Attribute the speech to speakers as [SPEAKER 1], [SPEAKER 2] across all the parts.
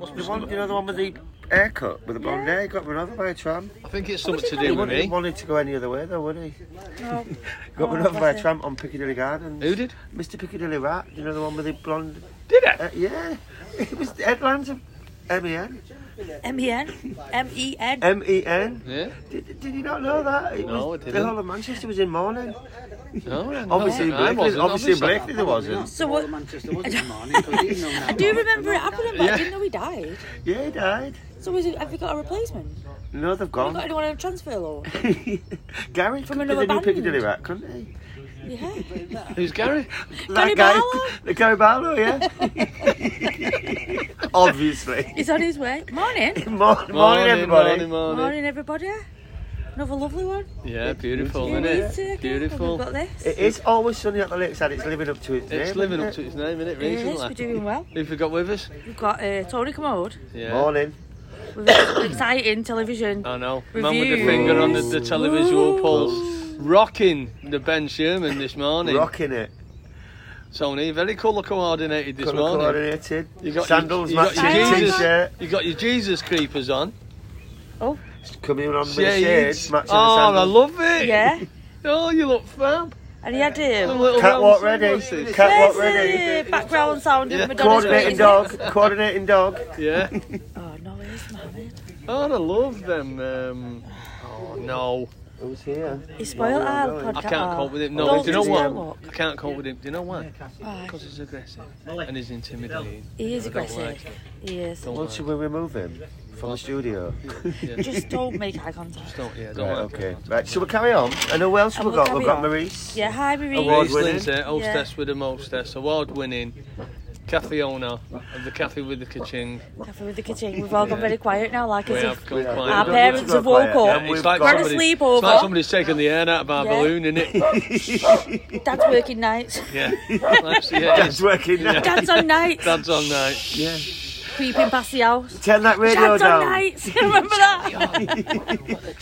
[SPEAKER 1] Must be one, you know, the one with the haircut, with the blonde hair. He got run over by a tram.
[SPEAKER 2] I think it's something
[SPEAKER 1] He
[SPEAKER 2] to do with
[SPEAKER 1] wouldn't have
[SPEAKER 2] me.
[SPEAKER 1] wanted to go any other way, though, would he?
[SPEAKER 3] Oh.
[SPEAKER 1] Got run
[SPEAKER 3] Oh,
[SPEAKER 1] over by
[SPEAKER 3] bless
[SPEAKER 1] a tram on Piccadilly Gardens.
[SPEAKER 2] Who did?
[SPEAKER 1] Mr. Piccadilly Rat. You know, the one with the blonde.
[SPEAKER 2] Did I?
[SPEAKER 1] Uh, yeah. It was the headlines of E MEN.
[SPEAKER 3] M-E-N? M-E-N?
[SPEAKER 1] MEN.
[SPEAKER 2] Yeah.
[SPEAKER 1] E Did, did you not know that? It
[SPEAKER 2] No,
[SPEAKER 1] was,
[SPEAKER 2] I
[SPEAKER 1] The
[SPEAKER 2] didn't.
[SPEAKER 1] whole of Manchester was in mourning.
[SPEAKER 2] No, no, no,
[SPEAKER 1] Obviously,
[SPEAKER 2] I
[SPEAKER 1] Blakely, obviously,
[SPEAKER 2] wasn't, obviously.
[SPEAKER 1] Blakely there wasn't.
[SPEAKER 3] So what?
[SPEAKER 4] Manchester wasn't in mourning, 'cause even though
[SPEAKER 3] I do remember it happening, but
[SPEAKER 2] Yeah.
[SPEAKER 3] I didn't know he died.
[SPEAKER 1] Yeah, he died.
[SPEAKER 3] So is it, have you got a replacement?
[SPEAKER 1] No, they've
[SPEAKER 3] Have you got
[SPEAKER 1] gone.
[SPEAKER 3] anyone on a transfer or?
[SPEAKER 1] Gary
[SPEAKER 3] From
[SPEAKER 1] could be
[SPEAKER 3] another
[SPEAKER 1] the new
[SPEAKER 3] band.
[SPEAKER 1] Piccadilly Rat, couldn't he?
[SPEAKER 3] Yeah.
[SPEAKER 2] Who's Gary?
[SPEAKER 3] Gary Barlow?
[SPEAKER 1] The Gary Barlow, yeah. Obviously.
[SPEAKER 3] He's on his way. Morning.
[SPEAKER 1] Morning, morning, everybody.
[SPEAKER 2] Morning, morning.
[SPEAKER 3] Morning, everybody. Another lovely one.
[SPEAKER 2] Yeah, beautiful,
[SPEAKER 3] Here
[SPEAKER 2] isn't
[SPEAKER 3] we is
[SPEAKER 2] it?
[SPEAKER 3] again. We've
[SPEAKER 2] Beautiful.
[SPEAKER 3] got this.
[SPEAKER 1] It is always sunny at the lakeside. It's living up to its name.
[SPEAKER 2] It's living
[SPEAKER 1] isn't
[SPEAKER 2] up to its name, isn't it?
[SPEAKER 3] It is. We're
[SPEAKER 2] Recently.
[SPEAKER 3] doing well.
[SPEAKER 2] Who've we got with us?
[SPEAKER 3] We've got uh, Tony Commode
[SPEAKER 1] it?
[SPEAKER 2] Yeah.
[SPEAKER 1] Morning.
[SPEAKER 3] with an exciting television.
[SPEAKER 2] I know. Man with the
[SPEAKER 3] Reviews.
[SPEAKER 2] finger on the, the televisual
[SPEAKER 3] Ooh.
[SPEAKER 2] pulse. Rocking the Ben Sherman this morning.
[SPEAKER 1] Rocking it.
[SPEAKER 2] Sony, very colour coordinated this
[SPEAKER 1] Colour
[SPEAKER 2] morning.
[SPEAKER 1] coordinated.
[SPEAKER 2] You got
[SPEAKER 1] Sandals,
[SPEAKER 2] your, you got your
[SPEAKER 1] matching
[SPEAKER 3] Jesus-
[SPEAKER 1] t-shirt.
[SPEAKER 2] You got your Jesus creepers on.
[SPEAKER 1] Coming on with the shades, matching
[SPEAKER 2] Oh, I
[SPEAKER 1] the sandals.
[SPEAKER 2] love it.
[SPEAKER 3] Yeah.
[SPEAKER 2] Oh, you look fab.
[SPEAKER 3] And he had uh,
[SPEAKER 2] Them
[SPEAKER 3] him.
[SPEAKER 2] little
[SPEAKER 1] Catwalk
[SPEAKER 2] round
[SPEAKER 1] ready.
[SPEAKER 2] sunglasses.
[SPEAKER 1] Catwalk
[SPEAKER 3] There's
[SPEAKER 1] ready.
[SPEAKER 3] the background sound of
[SPEAKER 2] Yeah.
[SPEAKER 3] Madonna's
[SPEAKER 1] Coordinating
[SPEAKER 3] music.
[SPEAKER 1] dog. Coordinating dog.
[SPEAKER 2] Yeah.
[SPEAKER 3] Oh, no, it is Mohammed.
[SPEAKER 2] Oh, I love them. Um, oh no,
[SPEAKER 1] Who's here?
[SPEAKER 3] He spoiled our
[SPEAKER 1] no, no.
[SPEAKER 3] podcast. Oh,
[SPEAKER 2] I can't cope with him. No,
[SPEAKER 3] Don't
[SPEAKER 2] do you know
[SPEAKER 3] do
[SPEAKER 2] what?
[SPEAKER 3] that look.
[SPEAKER 2] I can't cope with him. Do you know why?
[SPEAKER 3] Why?
[SPEAKER 2] Because he's aggressive and he's intimidating.
[SPEAKER 3] He is
[SPEAKER 2] I don't
[SPEAKER 3] aggressive.
[SPEAKER 2] like it.
[SPEAKER 3] He is.
[SPEAKER 2] Don't
[SPEAKER 1] Well,
[SPEAKER 2] like.
[SPEAKER 1] Oh, should we remove him from the studio?
[SPEAKER 3] Just don't make eye contact.
[SPEAKER 2] it. Don't. Yeah. Don't
[SPEAKER 1] Right,
[SPEAKER 2] like.
[SPEAKER 1] okay.
[SPEAKER 2] it.
[SPEAKER 1] Right, so we carry on. And who else have
[SPEAKER 3] And
[SPEAKER 1] we
[SPEAKER 3] we'll
[SPEAKER 1] got? We've
[SPEAKER 3] carry
[SPEAKER 1] got
[SPEAKER 3] on.
[SPEAKER 1] Maurice.
[SPEAKER 3] Yeah, hi, Marie.
[SPEAKER 1] Award
[SPEAKER 2] Award
[SPEAKER 1] winning.
[SPEAKER 2] winning. Hostess with a mostess. Award winning. Cafe owner of the cafe with the kaching.
[SPEAKER 3] Cafe with the kitchen. We've all gone very quiet now, like
[SPEAKER 2] We
[SPEAKER 3] as
[SPEAKER 2] have
[SPEAKER 3] if
[SPEAKER 2] gone
[SPEAKER 1] Yeah.
[SPEAKER 3] our
[SPEAKER 1] Don't
[SPEAKER 2] quiet.
[SPEAKER 3] parents
[SPEAKER 1] go
[SPEAKER 3] have woke
[SPEAKER 1] quiet.
[SPEAKER 3] up.
[SPEAKER 1] Yeah,
[SPEAKER 2] It's
[SPEAKER 1] we've
[SPEAKER 2] like,
[SPEAKER 1] got-
[SPEAKER 2] somebody,
[SPEAKER 3] We're
[SPEAKER 2] it's
[SPEAKER 3] asleep
[SPEAKER 2] like
[SPEAKER 3] over.
[SPEAKER 2] somebody's taking the air out of our
[SPEAKER 3] Yeah.
[SPEAKER 2] balloon, innit?
[SPEAKER 3] Dad's working nights.
[SPEAKER 2] Yeah. That's, yeah
[SPEAKER 1] Dad's working now.
[SPEAKER 3] Dad's on nights.
[SPEAKER 2] Dad's on night.
[SPEAKER 1] Yeah.
[SPEAKER 3] Creeping past the house.
[SPEAKER 1] Turn that radio
[SPEAKER 3] Dad's on
[SPEAKER 1] down.
[SPEAKER 3] nights. Remember that?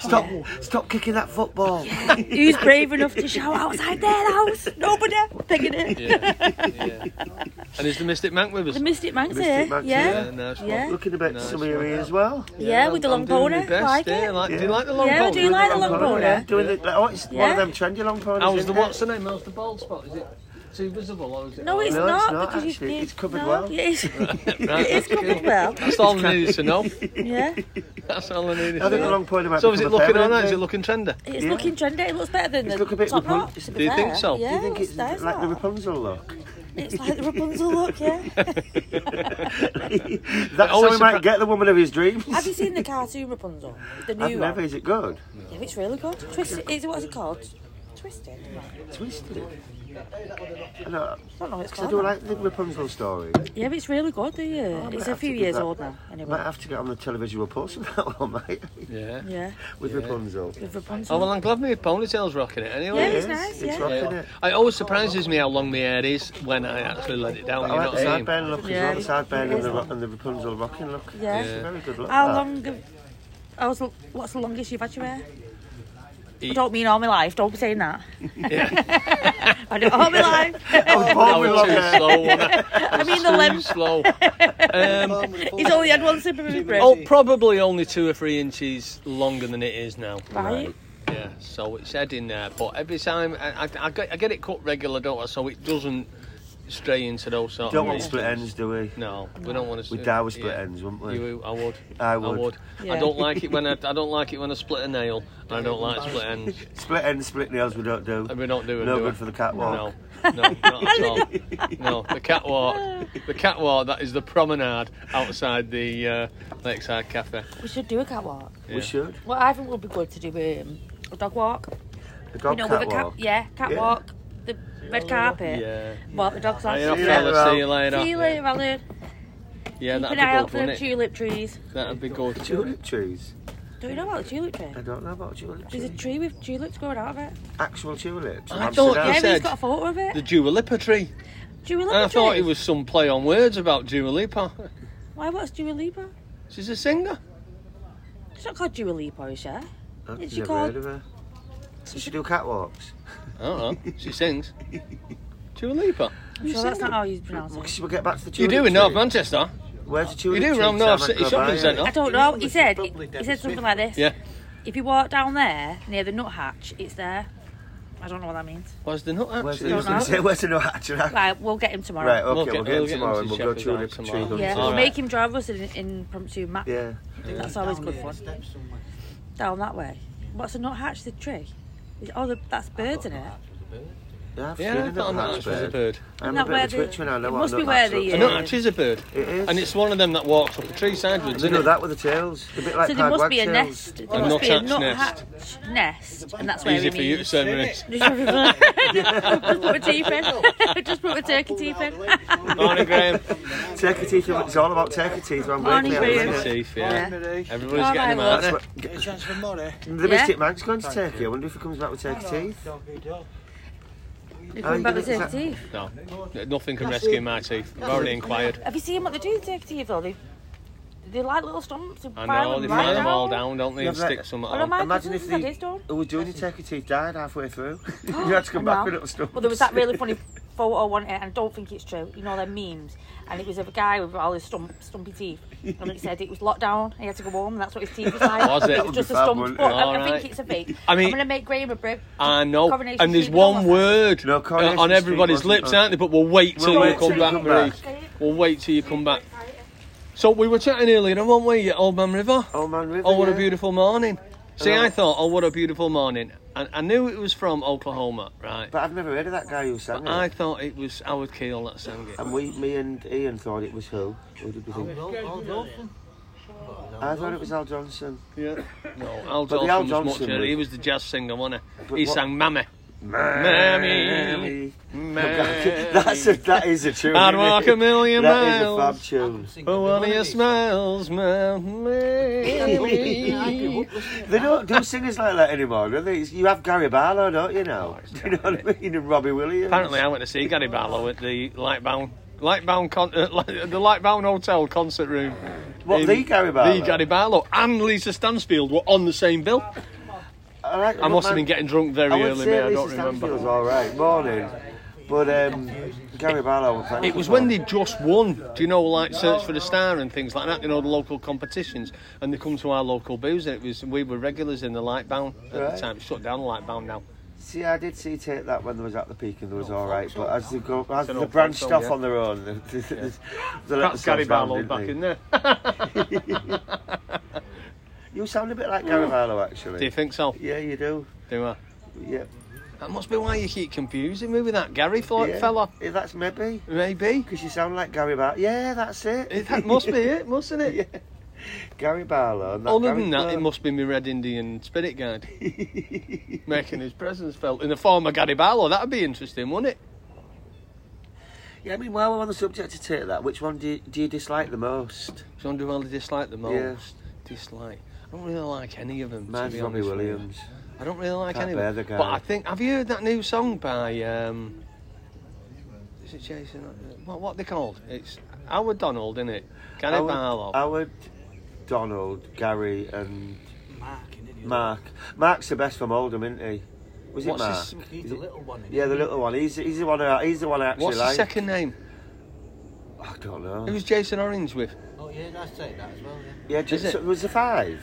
[SPEAKER 1] Stop stop kicking that football.
[SPEAKER 3] Who's brave enough to shout outside their house? Nobody. Thinking it.
[SPEAKER 2] Yeah. yeah. And is the Mystic Mank with us?
[SPEAKER 3] The Mystic Manx
[SPEAKER 1] Mystic
[SPEAKER 3] here.
[SPEAKER 1] Manx,
[SPEAKER 3] yeah.
[SPEAKER 2] Yeah, nice one.
[SPEAKER 3] Yeah.
[SPEAKER 1] Looking a bit
[SPEAKER 2] Nice
[SPEAKER 1] summery
[SPEAKER 2] one.
[SPEAKER 1] as well.
[SPEAKER 3] Yeah, with the long
[SPEAKER 2] doing my
[SPEAKER 3] pony.
[SPEAKER 2] best,
[SPEAKER 3] Like
[SPEAKER 2] yeah,
[SPEAKER 3] it.
[SPEAKER 2] like- Do you like the long
[SPEAKER 3] Yeah, I
[SPEAKER 2] pony?
[SPEAKER 3] do like the long
[SPEAKER 1] pony,
[SPEAKER 3] pony.
[SPEAKER 1] yeah. Doing the, like, oh, it's one
[SPEAKER 3] Yeah.
[SPEAKER 1] of them trendy long ponies.
[SPEAKER 2] How's the
[SPEAKER 1] isn't
[SPEAKER 2] what's
[SPEAKER 1] it?
[SPEAKER 2] the name? How's the bald spot? Is it too visible or is it?
[SPEAKER 3] No, it's
[SPEAKER 1] No, it's
[SPEAKER 3] not.
[SPEAKER 1] not,
[SPEAKER 3] because
[SPEAKER 1] actually.
[SPEAKER 3] You,
[SPEAKER 1] It's covered
[SPEAKER 3] no,
[SPEAKER 1] well.
[SPEAKER 3] It is.
[SPEAKER 2] Right,
[SPEAKER 3] It's
[SPEAKER 2] that's
[SPEAKER 3] covered
[SPEAKER 2] good.
[SPEAKER 3] well.
[SPEAKER 2] That's all I needed to know.
[SPEAKER 3] Yeah.
[SPEAKER 2] That's all I needed
[SPEAKER 1] I
[SPEAKER 2] to
[SPEAKER 1] think the
[SPEAKER 2] know.
[SPEAKER 1] long pony might
[SPEAKER 2] So is it
[SPEAKER 1] become a
[SPEAKER 2] looking
[SPEAKER 1] favourite,
[SPEAKER 2] alright? Is
[SPEAKER 1] isn't
[SPEAKER 2] it looking trendy?
[SPEAKER 3] It's
[SPEAKER 1] Yeah.
[SPEAKER 3] looking trendy. It looks better than
[SPEAKER 1] It's
[SPEAKER 3] the
[SPEAKER 1] look a bit
[SPEAKER 3] top
[SPEAKER 1] Rapun-
[SPEAKER 3] rock. to be
[SPEAKER 2] Do you think
[SPEAKER 3] fair.
[SPEAKER 2] so? Do you
[SPEAKER 1] Do
[SPEAKER 3] Yeah,
[SPEAKER 1] you think
[SPEAKER 3] it
[SPEAKER 1] it's
[SPEAKER 3] looks nice,
[SPEAKER 1] like the
[SPEAKER 3] that.
[SPEAKER 1] Rapunzel look?
[SPEAKER 3] It's like the Rapunzel look, yeah.
[SPEAKER 1] That's how
[SPEAKER 2] always
[SPEAKER 1] we might
[SPEAKER 2] surpri-
[SPEAKER 1] get the woman of his dreams.
[SPEAKER 3] Have you seen the cartoon Rapunzel? The new
[SPEAKER 1] I've
[SPEAKER 3] one.
[SPEAKER 1] never. Is it good?
[SPEAKER 3] Yeah, it's really good. Twisted. Is it what's it called? Twisted.
[SPEAKER 1] Twisted. I know,
[SPEAKER 3] I don't know. What it's
[SPEAKER 1] 'cause I do
[SPEAKER 3] called. now.
[SPEAKER 1] like the Rapunzel story.
[SPEAKER 3] Yeah, but it's really good. The uh,
[SPEAKER 1] might
[SPEAKER 3] it's a
[SPEAKER 1] Oh, have to
[SPEAKER 3] few
[SPEAKER 1] give
[SPEAKER 3] years
[SPEAKER 1] that-
[SPEAKER 3] old now.
[SPEAKER 1] Might
[SPEAKER 3] Anyway.
[SPEAKER 1] have to get on the televisual post with that one, mate.
[SPEAKER 2] Yeah.
[SPEAKER 3] Yeah,
[SPEAKER 1] With Rapunzel.
[SPEAKER 3] with
[SPEAKER 2] Oh
[SPEAKER 3] Rapunzel.
[SPEAKER 2] well, I'm glad my ponytail's rocking it
[SPEAKER 3] Yeah,
[SPEAKER 2] anyway.
[SPEAKER 3] it's
[SPEAKER 1] It is,
[SPEAKER 3] nice,
[SPEAKER 1] It's
[SPEAKER 3] yeah.
[SPEAKER 1] rocking it.
[SPEAKER 2] It always surprises me how long my hair is when I actually let it down.
[SPEAKER 1] I
[SPEAKER 2] You know
[SPEAKER 1] like the
[SPEAKER 2] what I mean?
[SPEAKER 1] sideburn look as
[SPEAKER 3] Yeah.
[SPEAKER 1] well, the sideburn and the, ro- and the Rapunzel rocking look.
[SPEAKER 3] Yeah.
[SPEAKER 1] It's a very good look.
[SPEAKER 3] How
[SPEAKER 1] that.
[SPEAKER 3] long? Have, how's, the- what's the longest you've had your hair? I
[SPEAKER 2] Eat.
[SPEAKER 3] don't mean all my life. Don't be saying that. I do all my life.
[SPEAKER 1] I was
[SPEAKER 2] I
[SPEAKER 1] born
[SPEAKER 2] was
[SPEAKER 1] with long
[SPEAKER 2] too
[SPEAKER 1] hair.
[SPEAKER 2] slow. wasn't I?
[SPEAKER 3] I mean the
[SPEAKER 2] Too
[SPEAKER 3] limp.
[SPEAKER 2] slow. Um,
[SPEAKER 3] He's only had one sip of his breath.
[SPEAKER 2] Oh, probably only two or three inches longer than it is now.
[SPEAKER 3] right.
[SPEAKER 2] Yeah, so it's heading there, but every time I, I, I, get, I get it cut regular, don't I? So it doesn't stray into those sort
[SPEAKER 1] Don't
[SPEAKER 2] of
[SPEAKER 1] want
[SPEAKER 2] things.
[SPEAKER 1] split ends, do we?
[SPEAKER 2] No, we don't want to.
[SPEAKER 1] We'd die with split ends, wouldn't we?
[SPEAKER 2] You, I would.
[SPEAKER 1] I
[SPEAKER 2] I
[SPEAKER 1] would.
[SPEAKER 2] would.
[SPEAKER 3] Yeah.
[SPEAKER 2] I don't like it when I, I don't like it when I split a nail. And I don't like split ends.
[SPEAKER 1] Split ends, split nails, we don't do.
[SPEAKER 2] And we don't do it.
[SPEAKER 1] No
[SPEAKER 2] do
[SPEAKER 1] good
[SPEAKER 2] we?
[SPEAKER 1] for the catwalk.
[SPEAKER 2] No, no, not at all. No, the catwalk, the catwalk. That is the promenade outside the uh, Lakeside Cafe.
[SPEAKER 3] We should do a catwalk.
[SPEAKER 2] Yeah.
[SPEAKER 1] We should.
[SPEAKER 3] Well, I think it would be good to do um, a dog walk.
[SPEAKER 1] The dog
[SPEAKER 3] you know, with a cat.
[SPEAKER 1] catwalk.
[SPEAKER 3] Yeah, catwalk. The red carpet.
[SPEAKER 2] Yeah.
[SPEAKER 3] Well, the dog's
[SPEAKER 2] Hey,
[SPEAKER 3] on.
[SPEAKER 2] up,
[SPEAKER 1] you
[SPEAKER 3] Yeah.
[SPEAKER 1] later,
[SPEAKER 2] fellas, See you
[SPEAKER 3] See you
[SPEAKER 2] later.
[SPEAKER 3] later, Alan.
[SPEAKER 2] Yeah,
[SPEAKER 3] Keep
[SPEAKER 2] that'd
[SPEAKER 3] an
[SPEAKER 2] be
[SPEAKER 3] eye out
[SPEAKER 2] good,
[SPEAKER 3] for them
[SPEAKER 2] wouldn't it?
[SPEAKER 3] tulip trees.
[SPEAKER 2] That'd be good.
[SPEAKER 1] Tulip trees.
[SPEAKER 3] Do you know about the tulip tree?
[SPEAKER 1] I don't know about tulip
[SPEAKER 3] There's a
[SPEAKER 1] trees.
[SPEAKER 3] tree with tulips growing out of it.
[SPEAKER 1] Actual tulips.
[SPEAKER 2] I
[SPEAKER 1] Amsterdam.
[SPEAKER 2] thought
[SPEAKER 3] Yeah,
[SPEAKER 2] you
[SPEAKER 3] but he's
[SPEAKER 2] said
[SPEAKER 3] got a photo of
[SPEAKER 2] the
[SPEAKER 3] it.
[SPEAKER 2] Dua Lipa tree.
[SPEAKER 3] Dua
[SPEAKER 2] And I
[SPEAKER 3] Lipa
[SPEAKER 2] thought
[SPEAKER 3] tree.
[SPEAKER 2] it was some play on words about Dua Lipa.
[SPEAKER 3] Why, what's Dua Lipa?
[SPEAKER 2] She's a singer.
[SPEAKER 3] It's not called Dua Lipa, is she?
[SPEAKER 1] I've
[SPEAKER 3] It's
[SPEAKER 1] never
[SPEAKER 3] called-
[SPEAKER 1] heard of her. Does she do catwalks?
[SPEAKER 2] I don't know. She sings. Dua Lipa.
[SPEAKER 3] I I'm sure that's not how you pronounce
[SPEAKER 1] Well,
[SPEAKER 3] it.
[SPEAKER 1] should we get back to the
[SPEAKER 2] You
[SPEAKER 1] tulip
[SPEAKER 2] do in
[SPEAKER 1] tree?
[SPEAKER 2] North Manchester.
[SPEAKER 1] Where's the
[SPEAKER 2] You
[SPEAKER 1] tulip
[SPEAKER 2] do
[SPEAKER 1] tree?
[SPEAKER 2] around North
[SPEAKER 1] Sam,
[SPEAKER 2] City
[SPEAKER 1] go
[SPEAKER 2] shopping
[SPEAKER 1] by
[SPEAKER 2] centre.
[SPEAKER 1] it.
[SPEAKER 3] I don't know. He
[SPEAKER 4] It's
[SPEAKER 3] said
[SPEAKER 4] probably
[SPEAKER 3] he
[SPEAKER 4] Dennis
[SPEAKER 3] said something like this.
[SPEAKER 2] Yeah.
[SPEAKER 3] If you walk down there near the nut hatch, it's there. I don't know what that means.
[SPEAKER 2] Where's the nut
[SPEAKER 1] Where's
[SPEAKER 2] actually?
[SPEAKER 1] the, I was
[SPEAKER 3] Don't
[SPEAKER 1] gonna
[SPEAKER 3] know.
[SPEAKER 1] say, where's the nut actually?
[SPEAKER 3] Right, we'll get him tomorrow.
[SPEAKER 1] Right, okay,
[SPEAKER 2] We'll
[SPEAKER 1] we'll
[SPEAKER 2] get-
[SPEAKER 1] get,
[SPEAKER 2] we'll
[SPEAKER 1] him
[SPEAKER 2] get
[SPEAKER 1] tomorrow
[SPEAKER 2] him
[SPEAKER 1] and
[SPEAKER 2] to
[SPEAKER 1] we'll go
[SPEAKER 2] Sheffield
[SPEAKER 1] tulip
[SPEAKER 2] Downs
[SPEAKER 1] tree
[SPEAKER 2] tomorrow.
[SPEAKER 1] hunting.
[SPEAKER 3] Yeah,
[SPEAKER 2] All
[SPEAKER 3] we'll
[SPEAKER 2] right.
[SPEAKER 3] make him drive us an impromptu map
[SPEAKER 1] Yeah.
[SPEAKER 3] That's always good fun. down that way. What's a nut hatch? The tree? Is- Oh, the, that's birds in it.
[SPEAKER 1] Yeah, I've
[SPEAKER 2] Yeah,
[SPEAKER 1] seen
[SPEAKER 2] I
[SPEAKER 1] a nut
[SPEAKER 2] thought that
[SPEAKER 1] hatch
[SPEAKER 2] was a
[SPEAKER 1] bird.
[SPEAKER 2] bird.
[SPEAKER 1] I'm
[SPEAKER 3] Not
[SPEAKER 1] a bit
[SPEAKER 3] where
[SPEAKER 1] of a
[SPEAKER 3] the-
[SPEAKER 1] twitcher now. I know
[SPEAKER 3] it
[SPEAKER 1] what
[SPEAKER 3] must
[SPEAKER 1] a
[SPEAKER 3] be
[SPEAKER 1] nut
[SPEAKER 3] where
[SPEAKER 1] hatch
[SPEAKER 3] the,
[SPEAKER 1] looks
[SPEAKER 2] A
[SPEAKER 1] like.
[SPEAKER 3] uh,
[SPEAKER 2] nut hatch is a bird.
[SPEAKER 1] It is.
[SPEAKER 2] And it's one of them that walks up a tree sideways,
[SPEAKER 1] You
[SPEAKER 2] isn't
[SPEAKER 1] know
[SPEAKER 2] it?
[SPEAKER 1] that with the tails, a bit like
[SPEAKER 3] uh, so there must
[SPEAKER 1] hard
[SPEAKER 3] be a
[SPEAKER 1] wagtails.
[SPEAKER 3] nest. There
[SPEAKER 2] A
[SPEAKER 3] must
[SPEAKER 2] nut
[SPEAKER 3] be a
[SPEAKER 2] hatch
[SPEAKER 3] nut
[SPEAKER 2] nest.
[SPEAKER 3] hatch nest, and that's where
[SPEAKER 2] Easy
[SPEAKER 3] he
[SPEAKER 2] for you to
[SPEAKER 3] means.
[SPEAKER 2] say, Maurice.
[SPEAKER 3] Just put a teeth in. Just put a turkey teeth in.
[SPEAKER 2] Morning, Graham.
[SPEAKER 1] Take a teeth, it's all about take a teeth. I'm
[SPEAKER 3] Morning,
[SPEAKER 1] waking up,
[SPEAKER 3] Graham.
[SPEAKER 1] isn't it?
[SPEAKER 2] Teeth, yeah. Everybody's
[SPEAKER 3] All
[SPEAKER 2] getting them
[SPEAKER 3] right,
[SPEAKER 2] out
[SPEAKER 1] That's
[SPEAKER 2] there.
[SPEAKER 1] what-
[SPEAKER 4] Chance for money.
[SPEAKER 1] The
[SPEAKER 3] Yeah.
[SPEAKER 1] biscuit man's going to Turkey. I wonder if he comes back with turkey teeth.
[SPEAKER 3] They
[SPEAKER 1] Are
[SPEAKER 3] come
[SPEAKER 1] you
[SPEAKER 3] back with
[SPEAKER 1] gonna-
[SPEAKER 3] turkey teeth.
[SPEAKER 2] No, nothing can rescue my teeth. I've already inquired.
[SPEAKER 3] Have you seen what they do with turkey teeth though? They they like little stumps. They
[SPEAKER 2] I
[SPEAKER 3] pile
[SPEAKER 2] know,
[SPEAKER 3] them
[SPEAKER 2] they
[SPEAKER 3] right
[SPEAKER 2] file them all
[SPEAKER 3] down.
[SPEAKER 2] down, don't they,
[SPEAKER 1] Yeah,
[SPEAKER 2] and
[SPEAKER 1] but-
[SPEAKER 2] stick some
[SPEAKER 3] Well, I
[SPEAKER 2] on.
[SPEAKER 3] might
[SPEAKER 1] Imagine if
[SPEAKER 3] cousins, I
[SPEAKER 1] the-
[SPEAKER 3] did done.
[SPEAKER 1] Who was doing his turkey teeth died halfway through. you had to come
[SPEAKER 3] No.
[SPEAKER 1] back with little stuff.
[SPEAKER 3] Well, there was that really funny photo one, and I don't think it's true. You know, they're memes. And it was of a guy with all his stump, stumpy teeth. And it said it was lockdown, he had to go home, and that's what his teeth was like.
[SPEAKER 2] Was it?
[SPEAKER 3] It was just a
[SPEAKER 1] That
[SPEAKER 3] stump.
[SPEAKER 1] would be
[SPEAKER 3] But
[SPEAKER 2] fab,
[SPEAKER 3] I, I
[SPEAKER 2] wouldn't it?
[SPEAKER 3] think it's a fake.
[SPEAKER 2] I mean-
[SPEAKER 3] I'm going to make Graham a brick.
[SPEAKER 2] I know.
[SPEAKER 3] Coronation
[SPEAKER 2] And there's
[SPEAKER 3] Street, don't
[SPEAKER 2] one
[SPEAKER 3] I?
[SPEAKER 2] word
[SPEAKER 1] No,
[SPEAKER 2] uh,
[SPEAKER 1] Coronation
[SPEAKER 2] on
[SPEAKER 1] Street
[SPEAKER 2] everybody's
[SPEAKER 1] wasn't
[SPEAKER 2] lips,
[SPEAKER 1] done.
[SPEAKER 2] aren't they? But we'll wait till
[SPEAKER 1] We'll
[SPEAKER 2] you
[SPEAKER 1] wait
[SPEAKER 2] come
[SPEAKER 1] till
[SPEAKER 2] back,
[SPEAKER 1] you come
[SPEAKER 2] Marie.
[SPEAKER 1] back.
[SPEAKER 2] We'll wait till you come back. So we were chatting earlier, on, weren't we? Old Man River.
[SPEAKER 1] Oh man, River,
[SPEAKER 2] Oh, what a
[SPEAKER 1] yeah.
[SPEAKER 2] beautiful morning. See,
[SPEAKER 1] Yeah.
[SPEAKER 2] I thought, oh, what a beautiful morning. And I knew it was from Oklahoma, right?
[SPEAKER 1] But I've never heard of that guy who sang
[SPEAKER 2] I
[SPEAKER 1] it.
[SPEAKER 2] thought it was Howard Keel that sang it.
[SPEAKER 1] And we, me and Ian thought it was who? Who did we think? I thought it was Al Johnson.
[SPEAKER 2] Yeah. No, Al
[SPEAKER 1] But
[SPEAKER 2] Jolson
[SPEAKER 1] the Al
[SPEAKER 2] was much
[SPEAKER 1] Jolson
[SPEAKER 2] earlier.
[SPEAKER 1] was-
[SPEAKER 2] He was the jazz singer, wasn't he?
[SPEAKER 1] But
[SPEAKER 2] He
[SPEAKER 1] what-
[SPEAKER 2] sang Mammy. Mammy.
[SPEAKER 1] Mammy. That's a, that is a tune.
[SPEAKER 2] I'd
[SPEAKER 1] isn't
[SPEAKER 2] walk
[SPEAKER 1] it?
[SPEAKER 2] a million
[SPEAKER 1] That is a fab
[SPEAKER 2] miles.
[SPEAKER 1] tune.
[SPEAKER 2] But one of your smiles, Mammy.
[SPEAKER 1] They don't do singers like that anymore, do they? You have Gary Barlow, don't you now? Do you know what I mean? And Robbie Williams.
[SPEAKER 2] Oh, Apparently, I went to see Gary Barlow at the Lightbound. Lightbound con- uh, li- the Lightbound Hotel concert room.
[SPEAKER 1] What,
[SPEAKER 2] In-
[SPEAKER 1] the Gary Barlow?
[SPEAKER 2] The Gary Barlow and Lisa Stansfield were on the same bill.
[SPEAKER 1] I, like
[SPEAKER 2] I must
[SPEAKER 1] Rockman.
[SPEAKER 2] have been getting drunk very
[SPEAKER 1] I would
[SPEAKER 2] early,
[SPEAKER 1] say
[SPEAKER 2] mate. I
[SPEAKER 1] Lisa
[SPEAKER 2] don't
[SPEAKER 1] Stanfield's
[SPEAKER 2] remember.
[SPEAKER 1] all right, morning. But um, Gary Barlow. thank
[SPEAKER 2] It
[SPEAKER 1] you
[SPEAKER 2] was
[SPEAKER 1] for-
[SPEAKER 2] when they just won, do you know, like Search for the Star and things like that, you know, the local competitions. And they come to our local booze, and it was we were regulars in the Lightbound at the
[SPEAKER 1] Right.
[SPEAKER 2] time. It's shut down the Lightbound now.
[SPEAKER 1] See, I did see take that when they was at the peak and they was all right, but as they go, as
[SPEAKER 2] an
[SPEAKER 1] they
[SPEAKER 2] old
[SPEAKER 1] branched
[SPEAKER 2] folk
[SPEAKER 1] off
[SPEAKER 2] song, yeah.
[SPEAKER 1] on their own, they, they, they, they let
[SPEAKER 2] That's Gary
[SPEAKER 1] themselves down,
[SPEAKER 2] Barlow
[SPEAKER 1] didn't
[SPEAKER 2] back
[SPEAKER 1] they?
[SPEAKER 2] in there.
[SPEAKER 1] You sound a bit like Gary Barlow, actually.
[SPEAKER 2] Do you think so?
[SPEAKER 1] Yeah, you do.
[SPEAKER 2] Do I?
[SPEAKER 1] Yeah,
[SPEAKER 2] That must be why you keep confusing me with that Gary fella.
[SPEAKER 1] yeah.
[SPEAKER 2] fella.
[SPEAKER 1] Yeah, that's maybe
[SPEAKER 2] Maybe.
[SPEAKER 1] because you sound like Gary Barlow. Yeah, that's it.
[SPEAKER 2] It- That must be it, mustn't it?
[SPEAKER 1] Yeah. uh, Gary Barlow. and that
[SPEAKER 2] Other
[SPEAKER 1] Gary
[SPEAKER 2] than that, it
[SPEAKER 1] Barlow.
[SPEAKER 2] must be my red Indian spirit guide making his presence felt in the form of Gary Barlow. That'd be interesting, wouldn't it?
[SPEAKER 1] Yeah, I mean, while we're on the subject of take that, which one do you, do you dislike the most?
[SPEAKER 2] John Duval dislike the most.
[SPEAKER 1] Yeah.
[SPEAKER 2] Dislike. I don't really like any of them. to
[SPEAKER 1] Mine's
[SPEAKER 2] be
[SPEAKER 1] Robbie
[SPEAKER 2] honest with you.
[SPEAKER 1] Williams.
[SPEAKER 2] I don't really like
[SPEAKER 1] Can't
[SPEAKER 2] any
[SPEAKER 1] bear
[SPEAKER 2] of
[SPEAKER 1] the
[SPEAKER 2] them.
[SPEAKER 1] guy.
[SPEAKER 2] But I think have you heard that new song by um, is it Jason? uh, What what they called? It's Howard Donald, isn't it? Gary
[SPEAKER 1] Howard-
[SPEAKER 2] Barlow.
[SPEAKER 1] Howard, Donald, Gary, and Mark. Mark's the best from Oldham, isn't he? Was it
[SPEAKER 2] What's
[SPEAKER 1] Mark?
[SPEAKER 2] his-
[SPEAKER 4] He's a little one.
[SPEAKER 1] Yeah, the little one. He's he's the one. I, he's the one I actually
[SPEAKER 2] What's his
[SPEAKER 1] like.
[SPEAKER 2] second name?
[SPEAKER 1] I don't know.
[SPEAKER 2] Who's Jason Orange with?
[SPEAKER 4] Oh, yeah, I'd say that as well. Yeah.
[SPEAKER 1] yeah, just,
[SPEAKER 2] it?
[SPEAKER 1] was the five?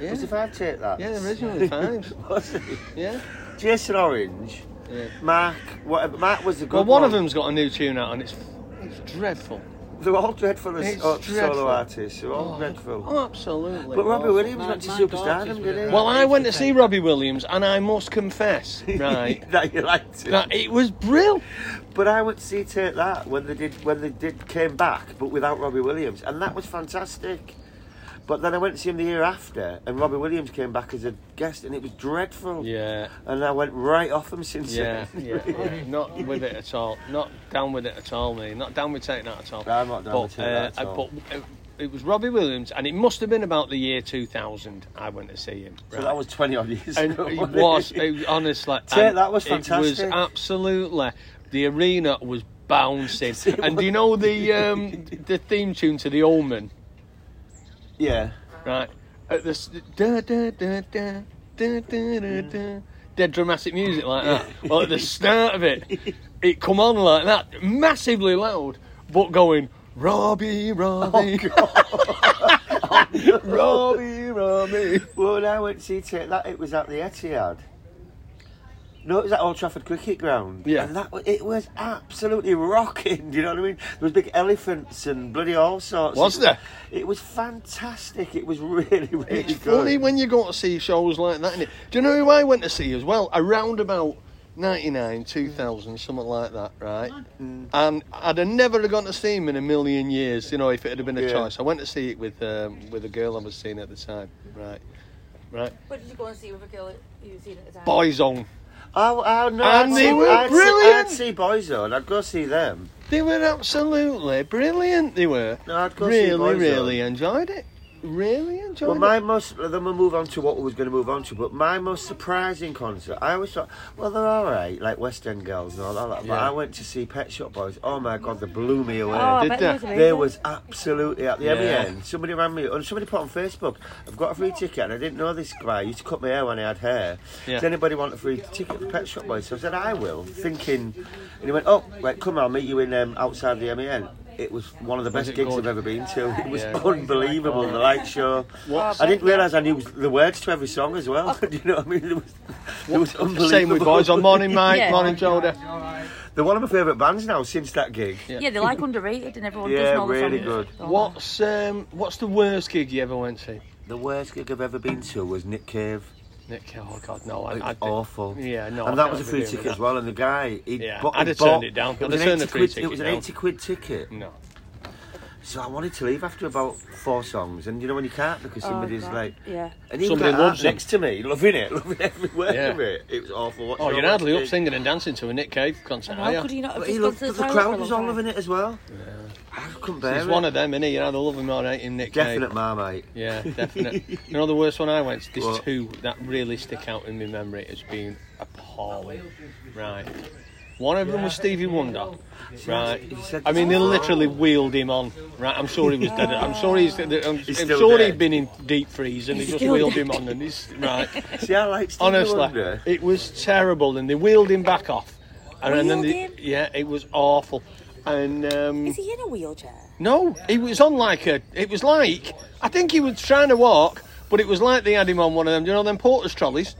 [SPEAKER 2] Yeah,
[SPEAKER 1] Was the five take that?
[SPEAKER 2] yeah, they're originally fives.
[SPEAKER 1] was it?
[SPEAKER 2] Yeah.
[SPEAKER 1] Jason Orange,
[SPEAKER 2] yeah.
[SPEAKER 1] Mark. What? Mark was the good
[SPEAKER 2] Well, one
[SPEAKER 1] one
[SPEAKER 2] of them's got a new tune out, and it's it's dreadful.
[SPEAKER 1] They're all dreadful as
[SPEAKER 2] It's
[SPEAKER 1] uh,
[SPEAKER 2] dreadful.
[SPEAKER 1] solo artists. They're all dreadful.
[SPEAKER 2] Oh, absolutely.
[SPEAKER 1] but Robbie Williams
[SPEAKER 4] My-
[SPEAKER 1] went to
[SPEAKER 4] my
[SPEAKER 1] Superstardom,
[SPEAKER 4] daughters
[SPEAKER 1] did
[SPEAKER 4] were
[SPEAKER 1] he?
[SPEAKER 2] Well, I went to see Robbie Williams, and I must confess, right,
[SPEAKER 1] that you liked it.
[SPEAKER 2] that it was brill.
[SPEAKER 1] But I would see take that when they did when they did came back, but without Robbie Williams, and that was fantastic. But then I went to see him the year after, and Robbie Williams came back as a guest, and it was dreadful.
[SPEAKER 2] Yeah,
[SPEAKER 1] And I went right off him since
[SPEAKER 2] yeah,
[SPEAKER 1] then.
[SPEAKER 2] yeah, yeah. Not with it at all. Not down with it at all, me. Not down with taking that at all.
[SPEAKER 1] No, I'm not down
[SPEAKER 2] but,
[SPEAKER 1] with taking that at
[SPEAKER 2] uh,
[SPEAKER 1] all.
[SPEAKER 2] But it, it was Robbie Williams, and it must have been about the year 2000 I went to see him.
[SPEAKER 1] So that was twenty odd years
[SPEAKER 2] And
[SPEAKER 1] ago.
[SPEAKER 2] it
[SPEAKER 1] wasn't
[SPEAKER 2] was, it, honestly.
[SPEAKER 1] Tate,
[SPEAKER 2] and
[SPEAKER 1] that was
[SPEAKER 2] It was
[SPEAKER 1] fantastic.
[SPEAKER 2] absolutely. The arena was bouncing.
[SPEAKER 1] It
[SPEAKER 2] and do you know the um, the theme tune to The Omen?
[SPEAKER 1] Yeah.
[SPEAKER 2] Right. At this da da da da da da da da dead dramatic music like that. Well at the start of it it come on like that, massively loud, but going Robbie, Robbie, Robbie, Robbie.
[SPEAKER 1] Well, when I went to see take that, it was at the Etihad. No, it was at Old Trafford Cricket Ground.
[SPEAKER 2] Yeah.
[SPEAKER 1] And that wa- it was absolutely rocking, do you know what I mean? There was big elephants and bloody all sorts.
[SPEAKER 2] Was
[SPEAKER 1] It-
[SPEAKER 2] there?
[SPEAKER 1] It was fantastic. It was really, really
[SPEAKER 2] It's
[SPEAKER 1] good.
[SPEAKER 2] funny when you go to see shows like that. Innit? Do you know who I went to see as well? Around about 99, 2000, something like that, right?
[SPEAKER 1] Mm.
[SPEAKER 2] And I'd have never have gone to see him in a million years, you know, if it had been a
[SPEAKER 1] Yeah.
[SPEAKER 2] choice. I went to see it with um, with a girl I was seeing at the time, right? Right?
[SPEAKER 3] What did you go and see with a girl you seen at the time?
[SPEAKER 2] Boyzone.
[SPEAKER 1] Oh, oh no,
[SPEAKER 2] And
[SPEAKER 1] I'd
[SPEAKER 2] they
[SPEAKER 1] see,
[SPEAKER 2] were
[SPEAKER 1] I'd
[SPEAKER 2] brilliant.
[SPEAKER 1] See, I'd see Boyzone. I'd go see them.
[SPEAKER 2] They were absolutely brilliant, they were.
[SPEAKER 1] No, I'd go see
[SPEAKER 2] really,
[SPEAKER 1] Boyzone.
[SPEAKER 2] really enjoyed it. Really enjoyed
[SPEAKER 1] Well, my
[SPEAKER 2] it.
[SPEAKER 1] most then we'll move on to what we was going to move on to, but my most surprising concert, I always thought, well, they're all right, like West End Girls and all that. But
[SPEAKER 2] Yeah.
[SPEAKER 1] I went to see Pet Shop Boys. Oh my god, they blew me away.
[SPEAKER 3] Oh, I
[SPEAKER 2] did
[SPEAKER 3] bet
[SPEAKER 2] that.
[SPEAKER 3] was amazing.
[SPEAKER 1] They was absolutely at the
[SPEAKER 2] Yeah.
[SPEAKER 1] MEN. Somebody ran me, and somebody put on Facebook, I've got a free ticket, and I didn't know this guy. He used to cut my hair when I had hair.
[SPEAKER 2] Yeah.
[SPEAKER 1] Does anybody want a free ticket for Pet Shop Boys? So I said, I will, thinking. And he went, oh, right, come on, I'll meet you in um, outside the MEN. It was one of the best
[SPEAKER 2] it
[SPEAKER 1] gigs
[SPEAKER 2] good?
[SPEAKER 1] I've ever been to. It was
[SPEAKER 2] Yeah.
[SPEAKER 1] unbelievable, the light show.
[SPEAKER 2] What-
[SPEAKER 1] I didn't realise I knew the words to every song as well. Do you know what I mean? It was, it was unbelievable.
[SPEAKER 2] Same with Boyzone. Morning, Mike.
[SPEAKER 3] Yeah.
[SPEAKER 2] Morning, Joda.
[SPEAKER 1] They're one of my favourite bands now since that gig.
[SPEAKER 3] Yeah. they're like underrated and everyone
[SPEAKER 1] Yeah,
[SPEAKER 3] doesn't know the
[SPEAKER 1] really
[SPEAKER 3] songs.
[SPEAKER 1] good.
[SPEAKER 3] Don't know.
[SPEAKER 2] What's, um, what's the worst gig you ever went to?
[SPEAKER 1] The worst gig I've ever been to was Nick Cave.
[SPEAKER 2] Nick, oh God, no! I,
[SPEAKER 1] It's
[SPEAKER 2] I did-
[SPEAKER 1] awful.
[SPEAKER 2] Yeah, no.
[SPEAKER 1] And
[SPEAKER 2] I
[SPEAKER 1] that was a
[SPEAKER 2] can't
[SPEAKER 1] free
[SPEAKER 2] be doing
[SPEAKER 1] ticket
[SPEAKER 2] that.
[SPEAKER 1] as well. And the guy, he
[SPEAKER 2] Yeah,
[SPEAKER 1] bought,
[SPEAKER 2] I'd
[SPEAKER 1] he
[SPEAKER 2] have turned
[SPEAKER 1] bought-
[SPEAKER 2] it down. I'd
[SPEAKER 1] was
[SPEAKER 2] have
[SPEAKER 1] an
[SPEAKER 2] turned the
[SPEAKER 1] 80
[SPEAKER 2] free
[SPEAKER 1] quid,
[SPEAKER 2] ticket
[SPEAKER 1] It was an
[SPEAKER 2] down.
[SPEAKER 1] eighty quid ticket.
[SPEAKER 2] No.
[SPEAKER 1] So I wanted to leave after about four songs, and you know when you can't because
[SPEAKER 3] Oh,
[SPEAKER 1] somebody's
[SPEAKER 3] God.
[SPEAKER 1] like,
[SPEAKER 3] Yeah.
[SPEAKER 1] and he
[SPEAKER 2] Somebody
[SPEAKER 1] was like
[SPEAKER 2] loves
[SPEAKER 1] that
[SPEAKER 2] him.
[SPEAKER 1] next to me, loving it, loving every word
[SPEAKER 2] Yeah.
[SPEAKER 1] of it. It was awful. watching
[SPEAKER 2] Oh,
[SPEAKER 1] all
[SPEAKER 2] you're
[SPEAKER 1] that
[SPEAKER 2] hardly up
[SPEAKER 1] thing.
[SPEAKER 2] singing and dancing to a Nick Cave concert,
[SPEAKER 3] And
[SPEAKER 2] are
[SPEAKER 3] how could
[SPEAKER 2] you?
[SPEAKER 3] he not have
[SPEAKER 1] But he
[SPEAKER 3] just gone
[SPEAKER 1] loved,
[SPEAKER 3] to the,
[SPEAKER 1] the,
[SPEAKER 3] toilet for
[SPEAKER 1] crowd
[SPEAKER 3] a
[SPEAKER 1] was
[SPEAKER 3] long
[SPEAKER 1] all
[SPEAKER 3] time?
[SPEAKER 1] loving it as well. I couldn't bear
[SPEAKER 2] He's
[SPEAKER 1] it.
[SPEAKER 2] one of them, innit? You either love him or hate him, Nick
[SPEAKER 1] Definite
[SPEAKER 2] Cave.
[SPEAKER 1] Marmite.
[SPEAKER 2] Yeah, definite. you know the worst one I went to? There's
[SPEAKER 1] What?
[SPEAKER 2] two that really stick out in my memory as being appalling. Right. One of them was Stevie Wonder. Right.
[SPEAKER 1] you said
[SPEAKER 2] I mean, they
[SPEAKER 1] that.
[SPEAKER 2] literally wheeled him on. Right. I'm sure he was dead. I'm sure he's. I'm
[SPEAKER 1] still
[SPEAKER 2] sure
[SPEAKER 1] dead.
[SPEAKER 2] he'd been in deep freeze and they just
[SPEAKER 3] still
[SPEAKER 2] wheeled
[SPEAKER 3] dead.
[SPEAKER 2] him on and he's right.
[SPEAKER 1] See, I like Stevie
[SPEAKER 2] Honestly,
[SPEAKER 1] Wonder.
[SPEAKER 2] it was terrible, and they wheeled him back off. And, and then
[SPEAKER 3] Wheeled
[SPEAKER 2] the-
[SPEAKER 3] him?
[SPEAKER 2] yeah, it was awful. And um,
[SPEAKER 3] Is he in a wheelchair?
[SPEAKER 2] no, he was on like a. It was like I think he was trying to walk, but it was like they had him on one of them. You know them porters trolleys.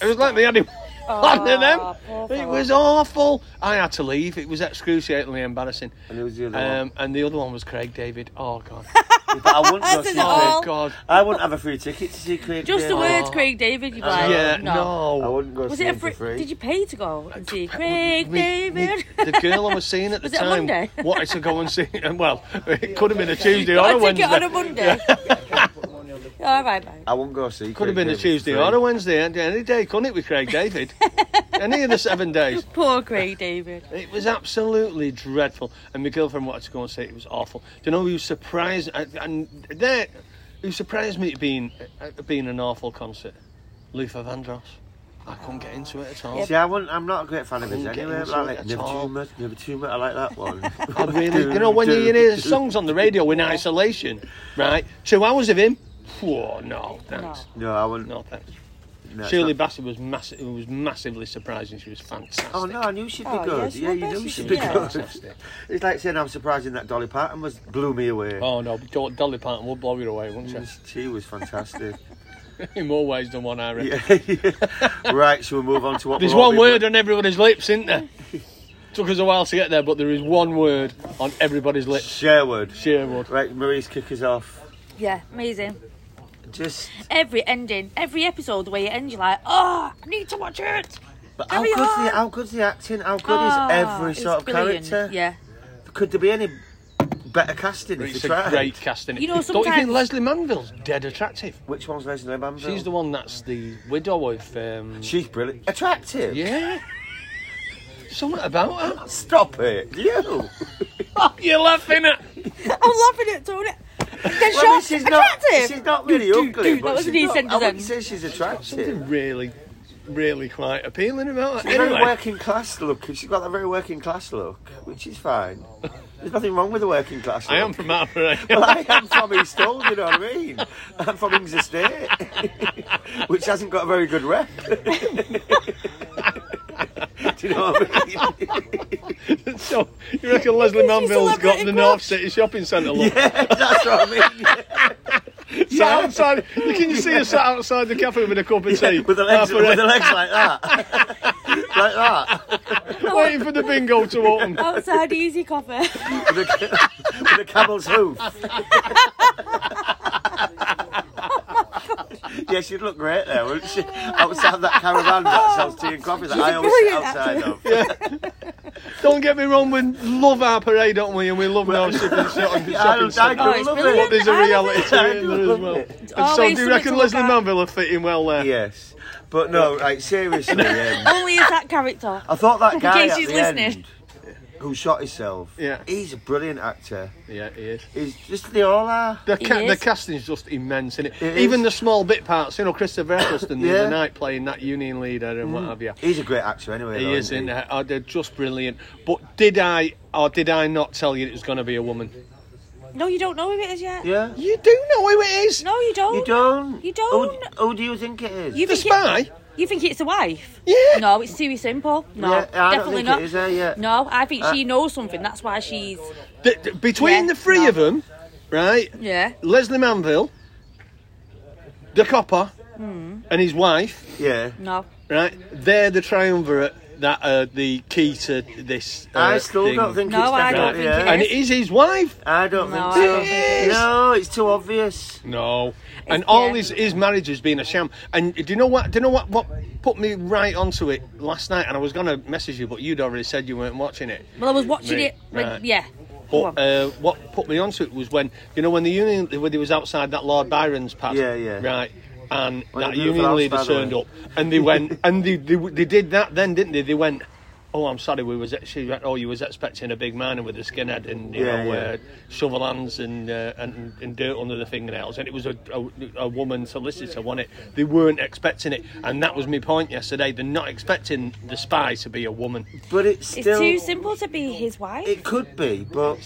[SPEAKER 2] It was like they had him. on one of
[SPEAKER 3] Oh, poor
[SPEAKER 2] them. It
[SPEAKER 3] fella.
[SPEAKER 2] was awful. I had to leave. It was excruciatingly embarrassing.
[SPEAKER 1] And who was the other
[SPEAKER 2] Um, and the other one was Craig David. Oh God.
[SPEAKER 1] one? But I wouldn't go
[SPEAKER 3] That's
[SPEAKER 1] see Craig-
[SPEAKER 3] an all.
[SPEAKER 2] oh God.
[SPEAKER 1] I wouldn't have a free ticket to see Craig.
[SPEAKER 3] Just the
[SPEAKER 1] David.
[SPEAKER 3] words, Craig David. You like?
[SPEAKER 2] Uh, yeah.
[SPEAKER 1] I
[SPEAKER 2] No.
[SPEAKER 1] wouldn't go
[SPEAKER 3] Was
[SPEAKER 1] see
[SPEAKER 3] it a
[SPEAKER 1] him for
[SPEAKER 3] free?
[SPEAKER 1] free.
[SPEAKER 3] Did you pay to go and see
[SPEAKER 2] Me-
[SPEAKER 3] Craig
[SPEAKER 2] me-
[SPEAKER 3] David?
[SPEAKER 2] the girl I was seeing at the
[SPEAKER 3] Was it a
[SPEAKER 2] time
[SPEAKER 3] Monday?
[SPEAKER 2] wanted to go and see. Well, it could have been a Tuesday or
[SPEAKER 3] Got
[SPEAKER 2] a
[SPEAKER 3] a ticket
[SPEAKER 2] Wednesday.
[SPEAKER 3] on a Monday. All right, mate.
[SPEAKER 1] I wouldn't go see.
[SPEAKER 2] could have been a Tuesday or a Wednesday. and Any day, couldn't it, with Craig David? any of the seven days.
[SPEAKER 3] Poor Craig David.
[SPEAKER 2] It was absolutely dreadful. And my girlfriend wanted to go and see it. It was awful. Do you know who surprised? And, and there, who surprised me at being at being an awful concert? Luther Vandross. I couldn't get into it at all.
[SPEAKER 1] See, I wouldn't, I'm not a great fan of his
[SPEAKER 2] Couldn't get
[SPEAKER 1] anyway.
[SPEAKER 2] into
[SPEAKER 1] Like,
[SPEAKER 2] it
[SPEAKER 1] like,
[SPEAKER 2] at
[SPEAKER 1] never
[SPEAKER 2] all.
[SPEAKER 1] too much, never too much. I like that one.
[SPEAKER 2] I really, you know, when you hear his songs on the radio in isolation, right? Two hours of him. Whoa, no, thanks.
[SPEAKER 1] No, I wouldn't.
[SPEAKER 2] No, thanks.
[SPEAKER 1] no, it's
[SPEAKER 2] Shirley
[SPEAKER 1] not-
[SPEAKER 2] Bassey was massive. Was massively surprising. She was fantastic.
[SPEAKER 1] Oh no, I knew she'd be
[SPEAKER 3] Oh,
[SPEAKER 1] good.
[SPEAKER 3] yes,
[SPEAKER 1] Yeah,
[SPEAKER 3] well,
[SPEAKER 1] you
[SPEAKER 3] yes,
[SPEAKER 1] knew
[SPEAKER 3] she
[SPEAKER 1] she'd
[SPEAKER 3] did.
[SPEAKER 1] be
[SPEAKER 3] Yeah.
[SPEAKER 1] good. it's like saying I'm surprising that Dolly Parton was blew me away.
[SPEAKER 2] Oh no, Do- Dolly Parton would blow you away, wouldn't she?
[SPEAKER 1] She was fantastic.
[SPEAKER 2] In more ways than one, I reckon.
[SPEAKER 1] yeah, yeah. Right, shall we move on to what?
[SPEAKER 2] There's
[SPEAKER 1] we're all
[SPEAKER 2] one
[SPEAKER 1] been-
[SPEAKER 2] word on everybody's lips, isn't there? Took us a while to get there, but there is one word on everybody's lips.
[SPEAKER 1] Sherwood.
[SPEAKER 2] Sherwood.
[SPEAKER 1] Right, Marie's kick us off.
[SPEAKER 3] Yeah, amazing.
[SPEAKER 1] Just,
[SPEAKER 3] Every ending, every episode, the way it ends, you're like, oh, I need to watch it.
[SPEAKER 1] but how
[SPEAKER 3] Carry
[SPEAKER 1] good's the
[SPEAKER 3] on.
[SPEAKER 1] how good's the acting? How good
[SPEAKER 3] Ah,
[SPEAKER 1] is every
[SPEAKER 3] it's
[SPEAKER 1] sort of
[SPEAKER 3] brilliant.
[SPEAKER 1] character?
[SPEAKER 3] Yeah.
[SPEAKER 1] Could there be any better casting if
[SPEAKER 2] It's
[SPEAKER 1] you
[SPEAKER 2] a
[SPEAKER 1] tried?
[SPEAKER 2] great casting.
[SPEAKER 3] You know,
[SPEAKER 2] Don't you think
[SPEAKER 3] sometimes-
[SPEAKER 2] Leslie Manville's dead attractive?
[SPEAKER 1] Which one's Leslie Manville?
[SPEAKER 2] She's the one that's the widow of. Um,
[SPEAKER 1] She's brilliant. Attractive.
[SPEAKER 2] yeah. Something about her.
[SPEAKER 1] Stop it. You.
[SPEAKER 2] You're laughing at.
[SPEAKER 3] I'm laughing at Tony. They're
[SPEAKER 1] Well,
[SPEAKER 3] shocked.
[SPEAKER 1] this is not.
[SPEAKER 3] Attractive.
[SPEAKER 1] She's not really
[SPEAKER 3] Do, do,
[SPEAKER 1] ugly,
[SPEAKER 3] do.
[SPEAKER 1] but
[SPEAKER 3] That was
[SPEAKER 1] she's
[SPEAKER 3] an East
[SPEAKER 1] not- I
[SPEAKER 3] Enders
[SPEAKER 1] wouldn't say
[SPEAKER 3] then.
[SPEAKER 1] she's attractive.
[SPEAKER 2] Something really, really quite appealing about her.
[SPEAKER 1] She's very
[SPEAKER 2] Anyway,
[SPEAKER 1] working class look. She's got that very working class look, which is fine. There's nothing wrong with the working class look.
[SPEAKER 2] I am from Attenborough.
[SPEAKER 1] Well, I am from East Old, you know what I mean? I'm from Ings Estate, which hasn't got a very good rep. Do you know what I mean?
[SPEAKER 2] so you reckon Leslie
[SPEAKER 3] This is
[SPEAKER 2] Manville's got
[SPEAKER 3] celebrity
[SPEAKER 2] the
[SPEAKER 3] crush.
[SPEAKER 2] North City shopping centre look?
[SPEAKER 1] yeah, that's what I mean.
[SPEAKER 2] Sat outside, you can you see her sat outside the cafe with a cup of tea,
[SPEAKER 1] With the legs,
[SPEAKER 2] half a
[SPEAKER 1] with the
[SPEAKER 2] head,
[SPEAKER 1] legs like that, like that.
[SPEAKER 2] waiting for the bingo to open.
[SPEAKER 3] Oh, Outside easy coffee.
[SPEAKER 1] With a, with a camel's hoof. yeah, she'd look great there, wouldn't she? Outside that caravan that sells tea and coffee that I always sit
[SPEAKER 3] brilliant,
[SPEAKER 1] outside of.
[SPEAKER 2] Don't get me wrong, we love our parade, don't we? And we love North City shopping,
[SPEAKER 1] I, I
[SPEAKER 2] shopping centre.
[SPEAKER 1] do
[SPEAKER 3] Oh, it's
[SPEAKER 1] love
[SPEAKER 2] But
[SPEAKER 3] brilliant.
[SPEAKER 1] it.
[SPEAKER 2] there's a
[SPEAKER 3] I love
[SPEAKER 2] reality
[SPEAKER 3] it.
[SPEAKER 2] to
[SPEAKER 1] I
[SPEAKER 2] it in
[SPEAKER 1] do
[SPEAKER 2] there as
[SPEAKER 1] love
[SPEAKER 2] well.
[SPEAKER 1] it.
[SPEAKER 2] And so,
[SPEAKER 3] always
[SPEAKER 2] do you
[SPEAKER 3] something
[SPEAKER 2] reckon
[SPEAKER 3] to look
[SPEAKER 2] Leslie
[SPEAKER 3] at.
[SPEAKER 2] Manville will fit in well there?
[SPEAKER 1] Yes. But no, right, seriously. Um,
[SPEAKER 3] Only is that character.
[SPEAKER 1] I thought that guy
[SPEAKER 3] case
[SPEAKER 1] at
[SPEAKER 3] she's
[SPEAKER 1] the
[SPEAKER 3] listening.
[SPEAKER 1] end who shot himself,
[SPEAKER 2] Yeah.
[SPEAKER 1] he's a brilliant actor.
[SPEAKER 2] Yeah, he is.
[SPEAKER 1] He's just, they all are.
[SPEAKER 2] The, ca-
[SPEAKER 3] He
[SPEAKER 2] the
[SPEAKER 3] is.
[SPEAKER 2] casting's just immense, isn't it?
[SPEAKER 1] It
[SPEAKER 2] Even
[SPEAKER 1] is.
[SPEAKER 2] the small bit parts, you know, Christopher Eccleston the
[SPEAKER 1] Yeah.
[SPEAKER 2] other night playing that union leader and what have you.
[SPEAKER 1] He's a great actor anyway.
[SPEAKER 2] He
[SPEAKER 1] though,
[SPEAKER 2] is,
[SPEAKER 1] isn't
[SPEAKER 2] isn't he? Oh, they're just brilliant. But did I or did I not tell you it was going to be a woman?
[SPEAKER 3] No, you don't know who it is yet.
[SPEAKER 1] Yeah.
[SPEAKER 2] You do know who it is.
[SPEAKER 3] No, you don't.
[SPEAKER 1] You don't. Oh, Who,
[SPEAKER 3] You don't.
[SPEAKER 1] who do you think it is?
[SPEAKER 3] You
[SPEAKER 2] The
[SPEAKER 3] think
[SPEAKER 2] spy?
[SPEAKER 3] It, you think it's the wife?
[SPEAKER 2] Yeah.
[SPEAKER 3] No, it's too simple. No,
[SPEAKER 1] Yeah, I don't
[SPEAKER 3] definitely
[SPEAKER 1] think
[SPEAKER 3] not.
[SPEAKER 1] it is
[SPEAKER 2] eh,
[SPEAKER 1] her yet.
[SPEAKER 3] No, I think she
[SPEAKER 2] Uh,
[SPEAKER 3] knows something. That's why she's
[SPEAKER 2] Th- th- between
[SPEAKER 3] Yeah,
[SPEAKER 2] the three
[SPEAKER 3] no.
[SPEAKER 2] of them, right?
[SPEAKER 3] yeah.
[SPEAKER 2] Leslie Manville, the copper,
[SPEAKER 3] Hmm.
[SPEAKER 2] and his wife,
[SPEAKER 1] Yeah.
[SPEAKER 3] No,
[SPEAKER 2] right? They're the triumvirate that are the key to this. Uh,
[SPEAKER 1] I still
[SPEAKER 2] thing.
[SPEAKER 1] don't think
[SPEAKER 3] No,
[SPEAKER 1] it's that.
[SPEAKER 3] I don't
[SPEAKER 1] yeah.
[SPEAKER 3] think it
[SPEAKER 2] And it is his wife.
[SPEAKER 1] I don't
[SPEAKER 3] No,
[SPEAKER 1] think
[SPEAKER 3] I
[SPEAKER 1] so.
[SPEAKER 3] don't
[SPEAKER 2] think it
[SPEAKER 1] No, it's too obvious.
[SPEAKER 2] No, and
[SPEAKER 3] yeah.
[SPEAKER 2] all his his marriage has been a sham. And do you know what? Do you know what? What put me right onto it last night? And I was gonna message you, but you'd already said you weren't watching it.
[SPEAKER 3] well, I was watching
[SPEAKER 2] Right,
[SPEAKER 3] it. When,
[SPEAKER 2] right.
[SPEAKER 3] Yeah. Go
[SPEAKER 2] But uh,
[SPEAKER 3] on.
[SPEAKER 2] what put me onto it was when you know when the union when he was outside that Lord Byron's pad.
[SPEAKER 1] Yeah, yeah.
[SPEAKER 2] Right. And
[SPEAKER 1] Well,
[SPEAKER 2] that
[SPEAKER 1] the beautiful
[SPEAKER 2] union
[SPEAKER 1] house,
[SPEAKER 2] leader
[SPEAKER 1] by the
[SPEAKER 2] turned
[SPEAKER 1] way.
[SPEAKER 2] up, and they went, and they, they they did that then, didn't they? They went, oh, I'm sorry, we was actually, oh, you was expecting a big man with a skinhead and you
[SPEAKER 1] Yeah,
[SPEAKER 2] know
[SPEAKER 1] yeah.
[SPEAKER 2] Uh, shovel hands and, uh, and and dirt under the fingernails, and it was a, a, a woman solicitor, wasn't it? They weren't expecting it, and that was my point yesterday. They're not expecting the spy to be a woman.
[SPEAKER 1] But it's
[SPEAKER 3] it's
[SPEAKER 1] still.
[SPEAKER 3] too simple to be his wife.
[SPEAKER 1] it could be, but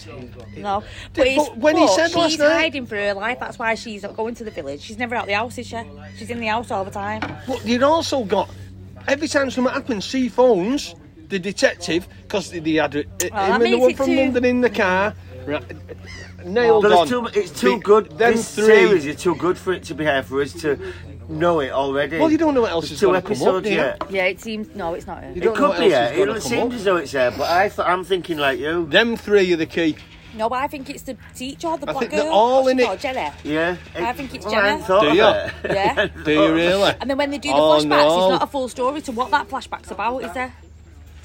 [SPEAKER 3] no, but, it's,
[SPEAKER 2] but when he said
[SPEAKER 3] she's
[SPEAKER 2] last night-
[SPEAKER 3] hiding for her life. That's why she's not going to the village. She's never out the house, is she? She's in the house all the time.
[SPEAKER 2] But you'd also got every time something happens, she phones the detective because they, they had uh,
[SPEAKER 3] that
[SPEAKER 2] him and the
[SPEAKER 3] makes
[SPEAKER 2] one
[SPEAKER 3] it
[SPEAKER 2] from
[SPEAKER 3] too-
[SPEAKER 2] London in the car. Right, nailed
[SPEAKER 1] but
[SPEAKER 2] on.
[SPEAKER 1] it's too. It's too
[SPEAKER 2] The-
[SPEAKER 1] good.
[SPEAKER 2] Them
[SPEAKER 1] this
[SPEAKER 2] three.
[SPEAKER 1] series is too good for it to be here for us to know it already.
[SPEAKER 2] Well, you don't know what else
[SPEAKER 1] There's
[SPEAKER 2] is
[SPEAKER 1] two
[SPEAKER 2] gonna come up,
[SPEAKER 1] episodes
[SPEAKER 2] do you?
[SPEAKER 1] yet.
[SPEAKER 3] Yeah, it seems. No, it's not her.
[SPEAKER 2] You
[SPEAKER 1] It
[SPEAKER 2] don't know
[SPEAKER 1] could
[SPEAKER 2] what
[SPEAKER 1] be
[SPEAKER 2] else
[SPEAKER 1] here.
[SPEAKER 2] is gonna
[SPEAKER 1] It
[SPEAKER 2] come
[SPEAKER 1] seems
[SPEAKER 2] up.
[SPEAKER 1] as though it's here, but I th- I'm thinking like you.
[SPEAKER 2] Them three are the key.
[SPEAKER 3] No, I think it's the teacher, the
[SPEAKER 2] I
[SPEAKER 3] black
[SPEAKER 2] think
[SPEAKER 3] girl. Oh,
[SPEAKER 2] they're all
[SPEAKER 3] What's
[SPEAKER 2] in
[SPEAKER 3] she
[SPEAKER 2] it.
[SPEAKER 3] called? Jenny.
[SPEAKER 1] Yeah.
[SPEAKER 3] I think it's
[SPEAKER 1] well, I hadn't
[SPEAKER 3] Jenna.
[SPEAKER 1] thought
[SPEAKER 2] Do
[SPEAKER 1] of
[SPEAKER 2] you?
[SPEAKER 1] it. I
[SPEAKER 3] Yeah.
[SPEAKER 1] hadn't
[SPEAKER 2] Do
[SPEAKER 1] thought
[SPEAKER 2] you
[SPEAKER 1] of it.
[SPEAKER 2] really?
[SPEAKER 3] And then when they do the
[SPEAKER 2] Oh,
[SPEAKER 3] flashbacks,
[SPEAKER 2] no.
[SPEAKER 3] it's not a full story to what that flashback's about, is there?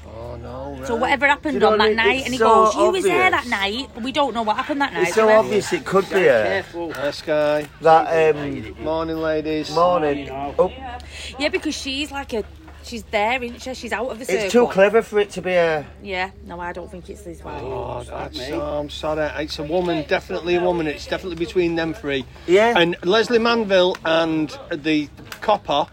[SPEAKER 2] Oh no! Right.
[SPEAKER 3] So whatever happened
[SPEAKER 1] Uh, You know
[SPEAKER 3] on
[SPEAKER 1] what I mean?
[SPEAKER 3] that night,
[SPEAKER 1] It's
[SPEAKER 3] and he
[SPEAKER 1] so
[SPEAKER 3] goes, "You was there that
[SPEAKER 1] obvious.
[SPEAKER 3] night, but we don't know what happened that night."
[SPEAKER 1] It's so
[SPEAKER 3] do we?"
[SPEAKER 1] obvious it could be here.
[SPEAKER 2] Careful. Hi, Sky.
[SPEAKER 1] That um,
[SPEAKER 2] Morning, ladies.
[SPEAKER 1] morning. Oh,
[SPEAKER 3] Yeah, because she's like a, she's there, isn't she? She's out of the circle.
[SPEAKER 1] it's too clever for it to be here.
[SPEAKER 3] Yeah, no, I don't think it's this way.
[SPEAKER 1] Oh.
[SPEAKER 2] God, I'm so- I'm sorry. um, eh? It's a woman, definitely a woman. It's definitely between them three.
[SPEAKER 1] Yeah.
[SPEAKER 2] And Leslie Manville and the copper,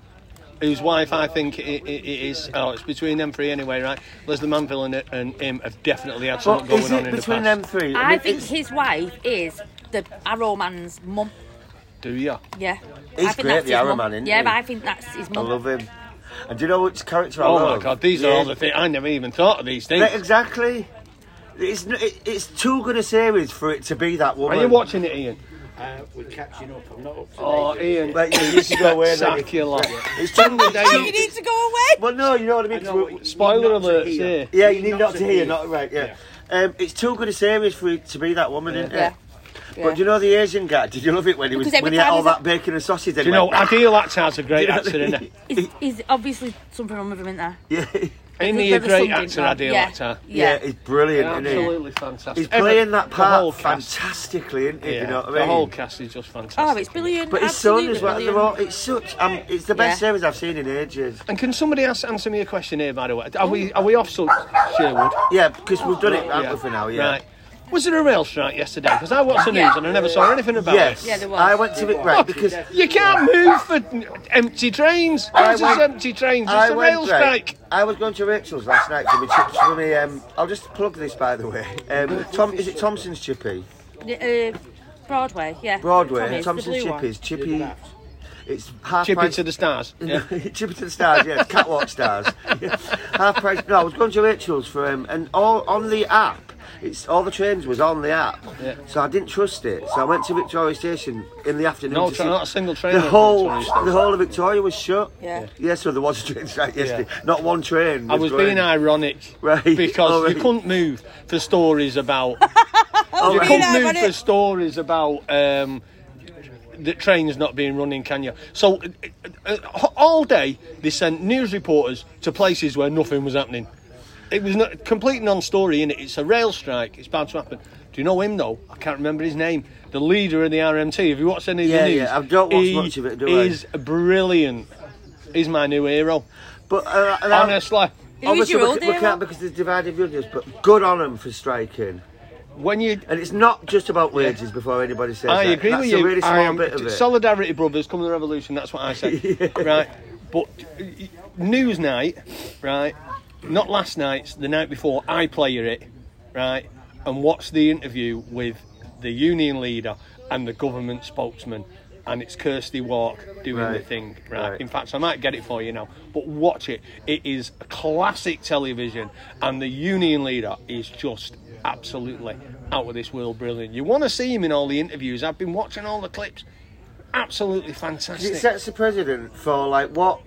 [SPEAKER 2] whose wife I think it, it is. Oh, it's between them three anyway, right? Leslie Manville and, and him have definitely had something
[SPEAKER 1] But
[SPEAKER 2] going
[SPEAKER 1] is it
[SPEAKER 2] on in the
[SPEAKER 1] between
[SPEAKER 2] past.
[SPEAKER 1] them three? I
[SPEAKER 3] I
[SPEAKER 1] mean,
[SPEAKER 3] think
[SPEAKER 1] it's-
[SPEAKER 3] his wife is the Arrow Man's mum.
[SPEAKER 2] Do you?
[SPEAKER 3] Yeah,
[SPEAKER 1] He's
[SPEAKER 3] I think
[SPEAKER 1] great,
[SPEAKER 3] that's
[SPEAKER 1] the
[SPEAKER 3] his
[SPEAKER 1] Arrow
[SPEAKER 3] mum.
[SPEAKER 1] Man, isn't
[SPEAKER 3] Yeah,
[SPEAKER 1] he?
[SPEAKER 3] but I think that's his
[SPEAKER 1] I
[SPEAKER 3] mum.
[SPEAKER 1] love him. And do you know which character I
[SPEAKER 2] Oh
[SPEAKER 1] love?
[SPEAKER 2] my God, these are
[SPEAKER 1] Yeah.
[SPEAKER 2] all the things. I never even thought of these things.
[SPEAKER 1] Yeah, exactly. It's n- it, it's too good a series for it to be that
[SPEAKER 2] Are
[SPEAKER 1] woman.
[SPEAKER 2] you watching it, Ian?
[SPEAKER 5] Uh, we're catching up. I'm not up to
[SPEAKER 2] Oh,
[SPEAKER 5] date.
[SPEAKER 2] Ian.
[SPEAKER 1] Like, you need to go away then.
[SPEAKER 2] Sack your lot.
[SPEAKER 1] It's too good.
[SPEAKER 3] Oh, you need to go away.
[SPEAKER 1] well, no, you know what I mean.
[SPEAKER 5] I know
[SPEAKER 1] 'cause
[SPEAKER 5] what
[SPEAKER 1] we-
[SPEAKER 5] you-
[SPEAKER 2] Spoiler
[SPEAKER 5] not to
[SPEAKER 2] alerts
[SPEAKER 5] hear.
[SPEAKER 2] here.
[SPEAKER 1] yeah, you need not, to hear, not right. Yeah. Um, it's too good a series for it to be that woman, isn't
[SPEAKER 3] Yeah.
[SPEAKER 1] it? But you know the Asian guy? Did you love it when he was
[SPEAKER 3] Because every
[SPEAKER 1] when he had
[SPEAKER 3] time
[SPEAKER 1] all
[SPEAKER 3] he's a-
[SPEAKER 1] that bacon and sausage?
[SPEAKER 2] Do you know, Adil Akhtar's a great actor, isn't he?
[SPEAKER 3] Is, is obviously something wrong with him, isn't there?
[SPEAKER 1] yeah,
[SPEAKER 2] Isn't he a
[SPEAKER 3] There's
[SPEAKER 2] great
[SPEAKER 3] something
[SPEAKER 2] actor,
[SPEAKER 3] wrong.
[SPEAKER 2] Adil
[SPEAKER 3] yeah.
[SPEAKER 2] Akhtar?
[SPEAKER 1] yeah,
[SPEAKER 3] Yeah.
[SPEAKER 1] he's brilliant, isn't
[SPEAKER 2] Absolutely
[SPEAKER 1] he?
[SPEAKER 2] fantastic.
[SPEAKER 1] He's playing that
[SPEAKER 2] The whole
[SPEAKER 1] part
[SPEAKER 2] cast.
[SPEAKER 1] fantastically, isn't he?
[SPEAKER 2] Yeah,
[SPEAKER 1] You know what I
[SPEAKER 2] the
[SPEAKER 1] mean?
[SPEAKER 2] whole cast is just fantastic.
[SPEAKER 3] Oh, it's brilliant.
[SPEAKER 1] But his son
[SPEAKER 3] Absolutely
[SPEAKER 1] as well. They're
[SPEAKER 3] brilliant.
[SPEAKER 1] all, it's such. Um, it's the best
[SPEAKER 3] Yeah.
[SPEAKER 1] series I've seen in ages.
[SPEAKER 2] And can somebody ask, answer me a question here, by the way? Are we are we off sub Sherwood?
[SPEAKER 1] Yeah, because we've done it haven't we, for now. Oh, Yeah.
[SPEAKER 2] Right. Was there a rail strike yesterday? Because I watched the news and I never saw anything about
[SPEAKER 1] Yes.
[SPEAKER 3] Yeah, there was.
[SPEAKER 1] I went to it right because
[SPEAKER 2] it. You can't move for n- empty trains. There's
[SPEAKER 1] went-
[SPEAKER 2] empty trains. It's
[SPEAKER 1] I
[SPEAKER 2] a
[SPEAKER 1] went
[SPEAKER 2] rail
[SPEAKER 1] right,
[SPEAKER 2] strike.
[SPEAKER 1] I was going to Rachel's last night for my chips for me. Um, I'll just plug this by the way. Um, Tom, is it Thompson's Chippy?
[SPEAKER 3] Uh, Broadway, yeah.
[SPEAKER 1] Broadway.
[SPEAKER 3] Tommy's, the
[SPEAKER 1] Thompson's
[SPEAKER 3] blue one.
[SPEAKER 1] Chippies. Chippy. It's half
[SPEAKER 2] Chip it
[SPEAKER 1] price.
[SPEAKER 2] to the stars. Yeah.
[SPEAKER 1] Chip it to the stars, yeah, catwalk stars. Yeah. Half price. No, I was going to Rachel's for him, and all on the app. It's all the trains was on the app,
[SPEAKER 2] Yeah.
[SPEAKER 1] so I didn't trust it. So I went to Victoria Station in the afternoon.
[SPEAKER 2] No
[SPEAKER 1] to
[SPEAKER 2] tra-
[SPEAKER 1] see-
[SPEAKER 2] not a single train
[SPEAKER 1] The
[SPEAKER 2] went to
[SPEAKER 1] whole,
[SPEAKER 2] Victoria Station.
[SPEAKER 1] the whole of Victoria was shut.
[SPEAKER 3] Yeah. Yeah.
[SPEAKER 1] so there was a train strike yesterday. Not one train.
[SPEAKER 2] I was
[SPEAKER 1] going.
[SPEAKER 2] being ironic
[SPEAKER 1] Right,
[SPEAKER 2] because
[SPEAKER 1] all right.
[SPEAKER 2] you couldn't move for stories about
[SPEAKER 3] Oh,
[SPEAKER 2] you
[SPEAKER 1] right.
[SPEAKER 2] couldn't
[SPEAKER 3] Being
[SPEAKER 2] move for
[SPEAKER 3] ironic.
[SPEAKER 2] stories about um, the trains not being running, can you? So uh, uh, all day they sent news reporters to places where nothing was happening. It was not complete non-story in it. It's a rail strike. It's bound to happen. Do you know him though? I can't remember his name. The leader of the RMT. Have you watched any of
[SPEAKER 1] Yeah,
[SPEAKER 2] the news?
[SPEAKER 1] yeah, I don't watch
[SPEAKER 2] He
[SPEAKER 1] much of it, do I?
[SPEAKER 2] is brilliant. He's my new hero.
[SPEAKER 1] But uh, and I-
[SPEAKER 2] Honestly.
[SPEAKER 3] Who is your
[SPEAKER 1] we,
[SPEAKER 3] old
[SPEAKER 1] we can't because there's divided unions. But good on them for striking.
[SPEAKER 2] When you
[SPEAKER 1] And it's not just about wages. Before anybody says
[SPEAKER 2] I
[SPEAKER 1] that.
[SPEAKER 2] agree
[SPEAKER 1] That's
[SPEAKER 2] with
[SPEAKER 1] a
[SPEAKER 2] you.
[SPEAKER 1] really small
[SPEAKER 2] I am
[SPEAKER 1] bit of it.
[SPEAKER 2] Solidarity Brothers, come the revolution. That's what I said. Right, but uh, news night, right? Not last night's, the night before. I play it, right? And watch the interview with the union leader and the government spokesman, and it's Kirsty Walk doing the
[SPEAKER 1] Right.
[SPEAKER 2] thing, right?
[SPEAKER 1] Right.
[SPEAKER 2] In fact, I might get it for you now. But watch it. It is classic television, and the union leader is just absolutely out of this world brilliant. You want to see him in all the interviews. I've been watching all the clips. Absolutely fantastic.
[SPEAKER 1] It sets the precedent for like what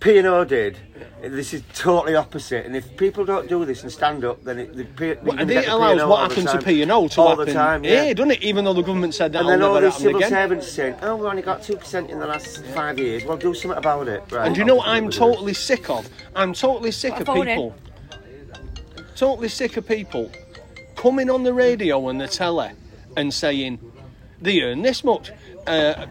[SPEAKER 1] P and O did. This is totally opposite. And if people don't do this and stand up, then it, the P,
[SPEAKER 2] Well, and it allows what happened to P and O to
[SPEAKER 1] all
[SPEAKER 2] happen.
[SPEAKER 1] the time.
[SPEAKER 2] yeah.
[SPEAKER 1] Yeah.
[SPEAKER 2] doesn't it? Even though the government said that
[SPEAKER 1] and
[SPEAKER 2] will
[SPEAKER 1] then all
[SPEAKER 2] never
[SPEAKER 1] these
[SPEAKER 2] happen
[SPEAKER 1] civil
[SPEAKER 2] again.
[SPEAKER 1] servants saying, "Oh, we've only got two percent in the last five years." Well, do something about it, right?
[SPEAKER 2] And do you know what
[SPEAKER 1] Opposite
[SPEAKER 2] I'm
[SPEAKER 1] with it.
[SPEAKER 2] totally sick of? I'm totally sick
[SPEAKER 3] Got a
[SPEAKER 2] of
[SPEAKER 3] phone in.
[SPEAKER 2] people. Totally sick of people coming on the radio and the telly and saying they earn this much. Uh,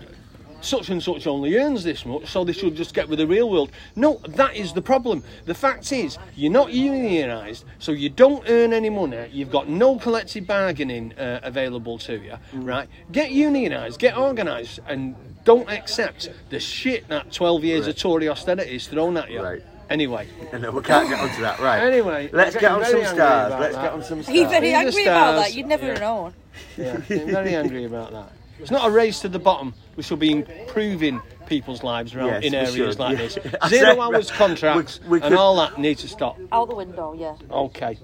[SPEAKER 2] such and such only earns this much, so they should just get with the real world. No, that is the problem. The fact is, you're not unionised, so you don't earn any money. You've got no collective bargaining uh, available to you, right? Get unionised, get organised, and don't accept the shit that 12 years of Tory austerity is thrown at you.
[SPEAKER 1] Right.
[SPEAKER 2] Anyway,
[SPEAKER 1] No, we can't get onto that, right?
[SPEAKER 2] Anyway,
[SPEAKER 1] let's
[SPEAKER 2] I'm
[SPEAKER 1] get on
[SPEAKER 2] getting
[SPEAKER 1] some
[SPEAKER 2] very
[SPEAKER 1] stars.
[SPEAKER 2] angry
[SPEAKER 1] Let's
[SPEAKER 2] about
[SPEAKER 1] get
[SPEAKER 2] that.
[SPEAKER 1] on some stars.
[SPEAKER 3] He's very
[SPEAKER 2] He's a
[SPEAKER 3] angry about
[SPEAKER 2] stars.
[SPEAKER 3] that. You'd never have known.
[SPEAKER 2] yeah, I'm very angry about that. It's not a race to the bottom. We should be improving people's lives around
[SPEAKER 1] Yes,
[SPEAKER 2] in
[SPEAKER 1] we
[SPEAKER 2] areas
[SPEAKER 1] should,
[SPEAKER 2] like
[SPEAKER 1] yeah.
[SPEAKER 2] this.
[SPEAKER 1] I
[SPEAKER 2] Zero
[SPEAKER 1] said-
[SPEAKER 2] hours
[SPEAKER 1] we-
[SPEAKER 2] contracts
[SPEAKER 1] we
[SPEAKER 2] and
[SPEAKER 1] could-
[SPEAKER 2] all that needs to stop.
[SPEAKER 3] Out the window, yeah.
[SPEAKER 2] Okay.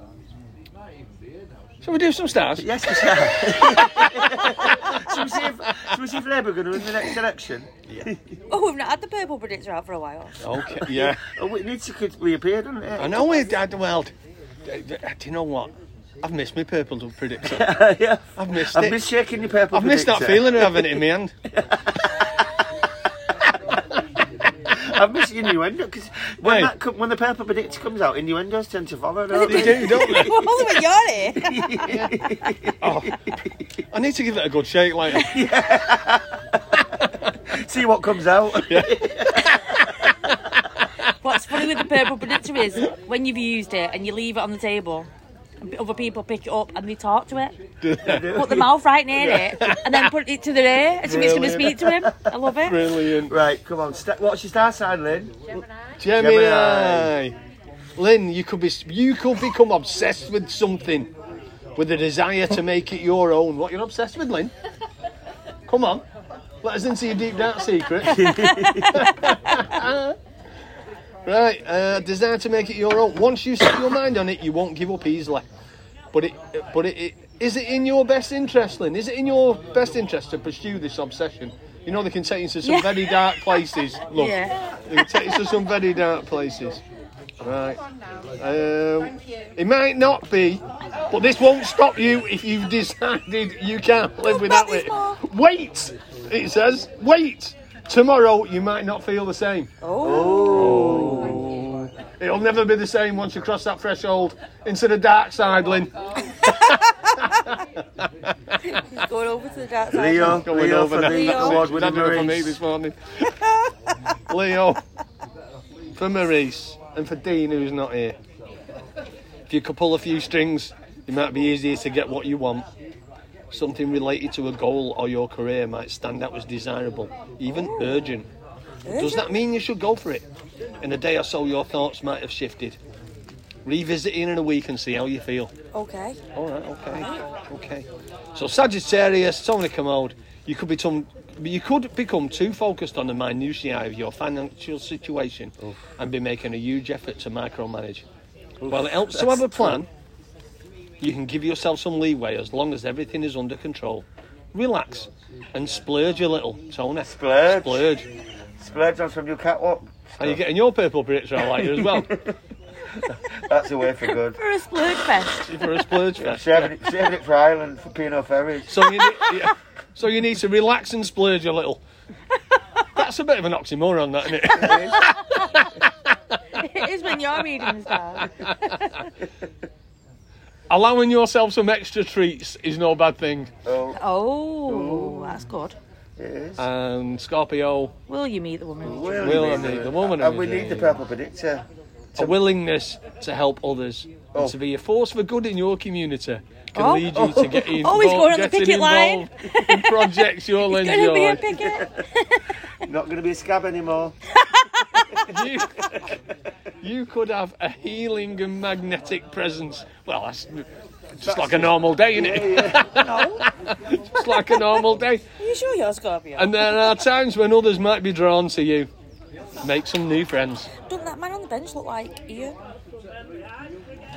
[SPEAKER 2] Shall we do some stars?
[SPEAKER 1] Yes, we shall. shall, we see if, shall we see if Labour are going to win the next election?
[SPEAKER 3] Oh, we've not had the purple predictor out for a while.
[SPEAKER 2] Okay. Yeah.
[SPEAKER 1] Oh, it needs to could reappear, doesn't it?
[SPEAKER 2] I know it. I, well, d- d- d- do you know what? I've missed my purple dove predictor.
[SPEAKER 1] yeah.
[SPEAKER 2] I've missed
[SPEAKER 1] I've
[SPEAKER 2] it.
[SPEAKER 1] missed shaking your purple
[SPEAKER 2] I've missed that
[SPEAKER 1] predictor.
[SPEAKER 2] feeling of having it in my hand.
[SPEAKER 1] I've missed innuendo because when,
[SPEAKER 2] Hey.
[SPEAKER 1] that co- when the purple predictor comes out, innuendos tend to follow. Don't
[SPEAKER 2] They
[SPEAKER 1] they?
[SPEAKER 2] do, don't they?
[SPEAKER 3] Well, only when you're here.
[SPEAKER 2] I need to give it a good shake later.
[SPEAKER 1] See what comes out.
[SPEAKER 3] What's funny with the purple predictor is when you've used it and you leave it on the table, other people pick it up and they talk to it. Put their mouth right near it and then put it to their ear as if it's going to speak
[SPEAKER 2] Brilliant.
[SPEAKER 3] to him. I love it.
[SPEAKER 2] Brilliant.
[SPEAKER 1] Right, come on. Sta what's your star sign, Lynn?
[SPEAKER 2] Gemini.
[SPEAKER 1] Gemini.
[SPEAKER 2] Lynn, you could be you could become obsessed with something, with a desire to make it your own. What you're obsessed with, Lynn? Come on, let us into your deep dark secret. right, uh, desire to make it your own. Once you set your mind on it, you won't give up easily. But it, but it, it is it in your best interest, Lynn? Is it in your best interest to pursue this obsession? You know they can take you to some
[SPEAKER 3] Yeah.
[SPEAKER 2] very dark places. Look,
[SPEAKER 3] Yeah.
[SPEAKER 2] they can take you to some very dark places. Right. Um, it might not be, but this won't stop you if you've decided you can't live without
[SPEAKER 3] there's
[SPEAKER 2] it.
[SPEAKER 3] more.
[SPEAKER 2] Wait, it says. Wait. Tomorrow you might not feel the same. It'll never be the same once you cross that threshold into the dark side, Lynn.
[SPEAKER 3] He's going over to the dark side.
[SPEAKER 1] Leo,
[SPEAKER 2] Going
[SPEAKER 1] Leo
[SPEAKER 2] over
[SPEAKER 1] for
[SPEAKER 2] that.
[SPEAKER 1] the
[SPEAKER 3] Leo.
[SPEAKER 1] award
[SPEAKER 2] That's
[SPEAKER 1] winning
[SPEAKER 2] it for me this morning. Leo, for Maurice, and for Dean, who's not here. If you could pull a few strings, it might be easier to get what you want. Something related to a goal or your career might stand out as desirable, even urgent. Does that mean you should go for it? In a day or so, your thoughts might have shifted. Revisit it in a week and see how you feel.
[SPEAKER 3] Okay.
[SPEAKER 2] All right, okay, okay. So Sagittarius, Tony Commode, you could become But you could become too focused on the minutiae of your financial situation and be making a huge effort to micromanage. While it helps to have a plan, you can give yourself some leeway as long as everything is under control. Relax and splurge a little, Tony.
[SPEAKER 1] Splurge?
[SPEAKER 2] Splurge.
[SPEAKER 1] Splurge on some new catwalk.
[SPEAKER 2] Are you getting your purple Brits roll out you as well
[SPEAKER 1] That's a way for good.
[SPEAKER 3] For a splurge fest.
[SPEAKER 2] for a splurge fest?
[SPEAKER 1] Saving it, saving it for Ireland for Pinot Ferries.
[SPEAKER 2] So you need, yeah. so you need to relax and splurge a little. That's a bit of an oxymoron, that isn't it?
[SPEAKER 3] it is when you're reading stuff.
[SPEAKER 2] Allowing yourself some extra treats is no bad thing.
[SPEAKER 1] Oh,
[SPEAKER 3] Oh, that's good.
[SPEAKER 1] it is.
[SPEAKER 2] And Scorpio,
[SPEAKER 3] Will you meet the woman? who-
[SPEAKER 1] Will
[SPEAKER 2] Will
[SPEAKER 1] you
[SPEAKER 2] and
[SPEAKER 1] meet
[SPEAKER 2] the- the woman
[SPEAKER 1] And
[SPEAKER 2] who's
[SPEAKER 1] we
[SPEAKER 2] there,
[SPEAKER 1] need the
[SPEAKER 2] yeah.
[SPEAKER 1] purple predictor.
[SPEAKER 2] a willingness to help others
[SPEAKER 1] Oh.
[SPEAKER 2] and to be a force for good in your community can
[SPEAKER 3] Oh.
[SPEAKER 2] lead you to get in,
[SPEAKER 3] Oh, he's going on the
[SPEAKER 2] getting
[SPEAKER 3] picket line.
[SPEAKER 2] involved in projects you're
[SPEAKER 3] It's
[SPEAKER 2] lending
[SPEAKER 3] gonna be a
[SPEAKER 2] your
[SPEAKER 3] picket.
[SPEAKER 1] Not going to be a scab anymore.
[SPEAKER 2] you, you could have a healing and magnetic presence. Well, that's just like a normal day, isn't it?
[SPEAKER 3] no.
[SPEAKER 2] Just like a normal day.
[SPEAKER 3] Are you sure you're Scorpio?
[SPEAKER 2] And there are times when others might be drawn to you. Make some new friends.
[SPEAKER 3] Doesn't that man on the bench look like you?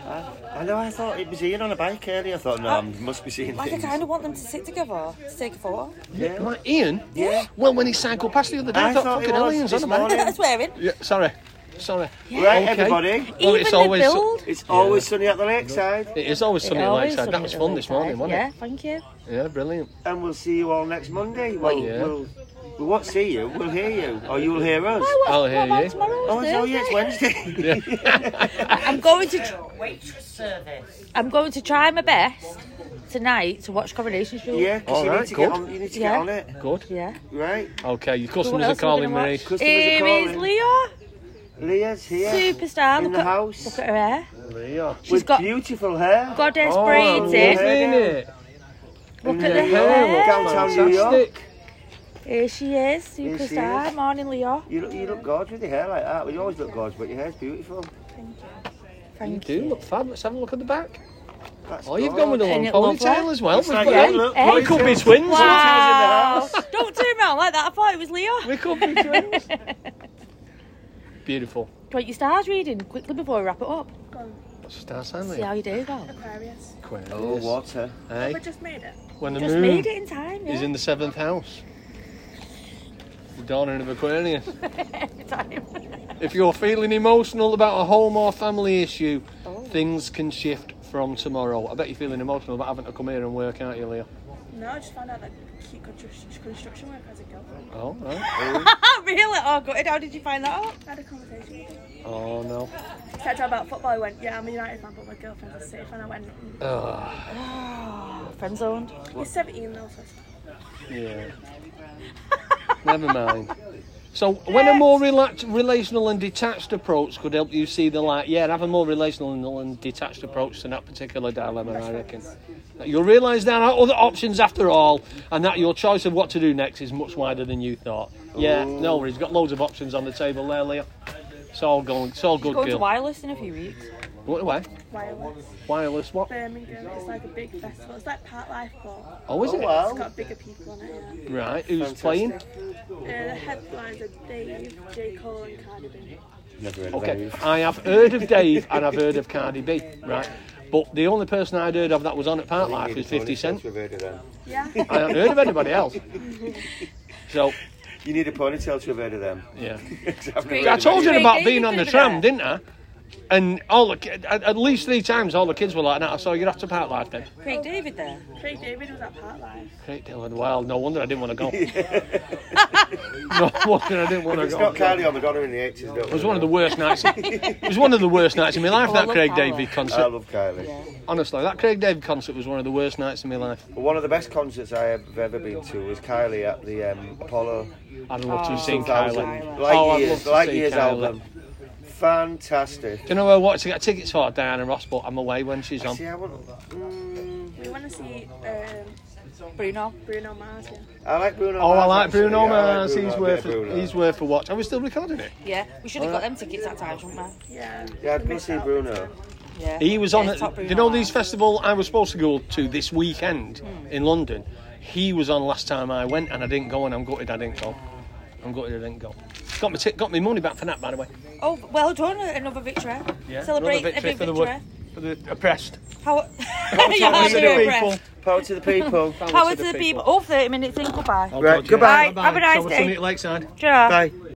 [SPEAKER 1] I know, I thought it was Ian on a bike earlier. I thought, no, I must be seeing
[SPEAKER 3] Like I
[SPEAKER 1] things.
[SPEAKER 3] kind of want them to sit together to take a photo.
[SPEAKER 1] yeah.
[SPEAKER 2] Like Ian?
[SPEAKER 1] Yeah.
[SPEAKER 2] Well, when he cycled past the other day, I,
[SPEAKER 1] I
[SPEAKER 2] thought,
[SPEAKER 1] thought he
[SPEAKER 2] fucking
[SPEAKER 1] was
[SPEAKER 2] aliens
[SPEAKER 1] this
[SPEAKER 2] on a
[SPEAKER 1] morning.
[SPEAKER 2] bike.
[SPEAKER 3] That's swearing.
[SPEAKER 2] Yeah, sorry. Sorry.
[SPEAKER 1] Right,
[SPEAKER 2] Okay.
[SPEAKER 1] everybody.
[SPEAKER 2] Well,
[SPEAKER 3] Even
[SPEAKER 2] it's
[SPEAKER 3] the
[SPEAKER 2] always-
[SPEAKER 3] build.
[SPEAKER 1] It's always sunny at the lakeside,
[SPEAKER 2] It is always something like that. That was fun this morning, wasn't
[SPEAKER 3] yeah,
[SPEAKER 2] it? Oh,
[SPEAKER 3] thank you.
[SPEAKER 2] Yeah, brilliant.
[SPEAKER 1] and we'll see you all next Monday. Well,
[SPEAKER 2] Oh, Yeah.
[SPEAKER 1] we'll, we won't see you, we'll hear you, or you'll hear us.
[SPEAKER 3] What,
[SPEAKER 2] I'll
[SPEAKER 3] what
[SPEAKER 2] hear
[SPEAKER 3] about
[SPEAKER 2] you.
[SPEAKER 3] tomorrow?
[SPEAKER 1] Oh, it's, oh yeah, it's
[SPEAKER 3] Thursday?
[SPEAKER 1] Wednesday.
[SPEAKER 3] I'm going to. I'm going to try my best tonight to watch Coronation Street.
[SPEAKER 1] Yeah, because
[SPEAKER 2] All
[SPEAKER 1] you,
[SPEAKER 2] right,
[SPEAKER 1] need to
[SPEAKER 2] good.
[SPEAKER 1] get on- you need to
[SPEAKER 3] Yeah.
[SPEAKER 1] get on it,
[SPEAKER 2] Good.
[SPEAKER 3] Yeah.
[SPEAKER 1] right?
[SPEAKER 2] Okay, your
[SPEAKER 3] So what
[SPEAKER 2] customers are
[SPEAKER 3] else we
[SPEAKER 2] calling,
[SPEAKER 3] gonna
[SPEAKER 2] Marie.
[SPEAKER 3] watch?
[SPEAKER 1] Customers are
[SPEAKER 3] Here is
[SPEAKER 1] calling.
[SPEAKER 3] Leo,
[SPEAKER 1] Leah's here.
[SPEAKER 3] superstar.
[SPEAKER 1] In
[SPEAKER 3] look
[SPEAKER 1] the
[SPEAKER 3] at,
[SPEAKER 1] house.
[SPEAKER 3] Look at her hair.
[SPEAKER 2] Leah.
[SPEAKER 3] She's
[SPEAKER 1] With
[SPEAKER 3] got
[SPEAKER 1] beautiful hair.
[SPEAKER 3] goddess
[SPEAKER 2] Oh,
[SPEAKER 3] braids
[SPEAKER 1] Braided.
[SPEAKER 3] in.
[SPEAKER 1] lovely.
[SPEAKER 2] it?
[SPEAKER 3] Look
[SPEAKER 1] Yeah,
[SPEAKER 3] at the
[SPEAKER 1] yeah,
[SPEAKER 3] hair.
[SPEAKER 1] Downtown New York.
[SPEAKER 2] Fantastic.
[SPEAKER 3] Here she is,
[SPEAKER 1] she
[SPEAKER 3] superstar.
[SPEAKER 1] is.
[SPEAKER 3] Morning, Leo.
[SPEAKER 1] You look, you look gorgeous with your hair like that. Well, you always look gorgeous, but your hair's beautiful.
[SPEAKER 3] Thank
[SPEAKER 2] You do look fab. Let's have a look at the back.
[SPEAKER 1] That's
[SPEAKER 2] Oh, you've gone with a long
[SPEAKER 3] Ain't it lovely?
[SPEAKER 2] ponytail as well.
[SPEAKER 1] It's like,
[SPEAKER 2] We've
[SPEAKER 1] yeah,
[SPEAKER 2] got-
[SPEAKER 1] look,
[SPEAKER 3] Hey.
[SPEAKER 2] we could be
[SPEAKER 1] ponytail.
[SPEAKER 2] twins.
[SPEAKER 3] Wow. Don't turn around like that. I thought it was Leo.
[SPEAKER 2] We could be twins. Beautiful.
[SPEAKER 3] Do you want your stars reading quickly before we wrap it up?
[SPEAKER 2] What's the star sign,
[SPEAKER 3] See how
[SPEAKER 2] Leah?
[SPEAKER 3] you do, well.
[SPEAKER 6] Aquarius.
[SPEAKER 2] Aquarius.
[SPEAKER 1] Oh, water.
[SPEAKER 2] Hey,
[SPEAKER 6] We just made it.
[SPEAKER 2] when the
[SPEAKER 3] Just
[SPEAKER 2] moon
[SPEAKER 3] made it in time, yeah.
[SPEAKER 2] Mm. is in the seventh house. The dawning of Aquarius.
[SPEAKER 3] time.
[SPEAKER 2] If you're feeling emotional about a home or family issue,
[SPEAKER 3] Oh.
[SPEAKER 2] things can shift from tomorrow. I bet you're feeling emotional about having to come here and work, aren't you, Leah?
[SPEAKER 6] No, I just found out that cute construction construction work has a girl.
[SPEAKER 2] Oh, right.
[SPEAKER 3] Oh, really? Oh, gutted. How did you find that out?
[SPEAKER 6] I had a conversation with her.
[SPEAKER 2] oh no.
[SPEAKER 6] Said to her about football. I went, yeah, I'm a United fan, but my girlfriend's a City fan. I went, mm.
[SPEAKER 2] Ah,
[SPEAKER 3] Friend zoned.
[SPEAKER 6] he's 17 though, so it's
[SPEAKER 2] yeah. Never mind. So, when a more relaxed, relational and detached approach could help you see the light, yeah, have a more relational and- and detached approach to that particular dilemma, I reckon. You'll realise there are other options after all, and that your choice of what to do next is much wider than you thought. Yeah, no worries, got loads of options on the table there, Leah. It's all going, it's all good,
[SPEAKER 3] Going to
[SPEAKER 2] girl.
[SPEAKER 3] wireless in a few weeks.
[SPEAKER 2] What away?
[SPEAKER 6] wireless.
[SPEAKER 2] Wireless what?
[SPEAKER 6] Birmingham, it's like a big festival. It's like Park Life, but
[SPEAKER 2] Oh, is
[SPEAKER 1] Oh,
[SPEAKER 2] it?
[SPEAKER 1] wow.
[SPEAKER 6] it's got bigger people on it.
[SPEAKER 2] Right, who's playing?
[SPEAKER 6] Yeah. Uh, the headlines are Dave, J. Cole, and Cardi B.
[SPEAKER 1] Never heard
[SPEAKER 2] Okay, I have heard of Dave and I've heard of Cardi B, right? But the only person I'd heard of that was on at Park Life was 50 Cent.
[SPEAKER 1] We've heard of them.
[SPEAKER 6] Yeah,
[SPEAKER 2] I haven't heard of anybody else. So,
[SPEAKER 1] You need a ponytail to have heard of them.
[SPEAKER 2] yeah.
[SPEAKER 1] 'Cause I've never
[SPEAKER 3] Great.
[SPEAKER 1] heard
[SPEAKER 2] I
[SPEAKER 1] of them.
[SPEAKER 2] told you
[SPEAKER 3] Dave,
[SPEAKER 2] about
[SPEAKER 3] Dave,
[SPEAKER 2] being
[SPEAKER 3] you
[SPEAKER 2] on the
[SPEAKER 3] could
[SPEAKER 2] tram,
[SPEAKER 3] have.
[SPEAKER 2] didn't I? And all the, ki- at at least three times all the kids were like, nah, so you're after Park Life then.
[SPEAKER 3] Craig David there.
[SPEAKER 6] Craig David was at Park Life.
[SPEAKER 2] Great deal of wild. No wonder I didn't want to go. no wonder I didn't want to
[SPEAKER 1] It's
[SPEAKER 2] go.
[SPEAKER 1] not Carly or Madonna in the 80s, though.
[SPEAKER 2] It was one of the worst nights. It was one of the worst nights in my life.
[SPEAKER 3] Oh, I
[SPEAKER 2] that
[SPEAKER 3] love
[SPEAKER 2] Craig
[SPEAKER 3] Park
[SPEAKER 2] Davey
[SPEAKER 3] Life.
[SPEAKER 2] concert.
[SPEAKER 1] I love Kylie.
[SPEAKER 3] Yeah.
[SPEAKER 2] Honestly, that Craig Davey concert was one of the worst nights in my life.
[SPEAKER 1] One of the best concerts I have ever been to was Kylie at the um, Apollo
[SPEAKER 2] I'd love
[SPEAKER 1] Oh.
[SPEAKER 2] to have seen
[SPEAKER 1] 2000
[SPEAKER 2] Kylie.
[SPEAKER 1] Light
[SPEAKER 2] Oh, I'd love
[SPEAKER 1] Years,
[SPEAKER 2] to
[SPEAKER 1] Light
[SPEAKER 2] see
[SPEAKER 1] Years
[SPEAKER 2] Kylie.
[SPEAKER 1] album. Fantastic.
[SPEAKER 2] Do you know where I want to get tickets for? Diana Ross, but I'm away when she's on.
[SPEAKER 1] See, I, want, mm,
[SPEAKER 6] We want to see um,
[SPEAKER 3] Bruno.
[SPEAKER 6] Bruno Mars. Yeah.
[SPEAKER 1] I like Bruno
[SPEAKER 2] Oh, I
[SPEAKER 1] Mars,
[SPEAKER 2] like
[SPEAKER 1] actually.
[SPEAKER 2] Bruno
[SPEAKER 1] I like
[SPEAKER 2] Mars.
[SPEAKER 1] Bruno,
[SPEAKER 2] He's
[SPEAKER 1] a bit
[SPEAKER 2] worth
[SPEAKER 1] of Bruno.
[SPEAKER 2] he's worth a watch. Are we still recording it?
[SPEAKER 3] Yeah. We should have got them tickets that time, shouldn't we?
[SPEAKER 6] Yeah.
[SPEAKER 1] Yeah, I'd
[SPEAKER 6] we
[SPEAKER 1] go
[SPEAKER 6] missed
[SPEAKER 1] see
[SPEAKER 6] out.
[SPEAKER 1] Bruno.
[SPEAKER 3] Yeah.
[SPEAKER 2] He was on
[SPEAKER 3] Yeah,
[SPEAKER 2] at,
[SPEAKER 3] Top Room
[SPEAKER 2] you know
[SPEAKER 3] on
[SPEAKER 2] these
[SPEAKER 3] that.
[SPEAKER 2] festival I was supposed to go to this weekend
[SPEAKER 1] Hmm.
[SPEAKER 2] in London. He was on last time I went and I didn't go and I'm gutted I didn't go. I'm gutted I didn't go. Got my t- got me money back for that by the way.
[SPEAKER 3] Oh, well done. Another victory. Celebrate
[SPEAKER 2] Another
[SPEAKER 3] every
[SPEAKER 2] for the,
[SPEAKER 3] victory.
[SPEAKER 2] wo- for the oppressed.
[SPEAKER 3] Power, yeah,
[SPEAKER 2] Power to the
[SPEAKER 3] very
[SPEAKER 2] people.
[SPEAKER 3] impressed.
[SPEAKER 1] Power to the people.
[SPEAKER 3] Power to the people. Oh, 30 minutes in. Goodbye.
[SPEAKER 1] right, goodbye.
[SPEAKER 3] Have a nice
[SPEAKER 2] So we'll see you
[SPEAKER 3] day.
[SPEAKER 2] at Lakeside.
[SPEAKER 3] Ciao.
[SPEAKER 1] Bye.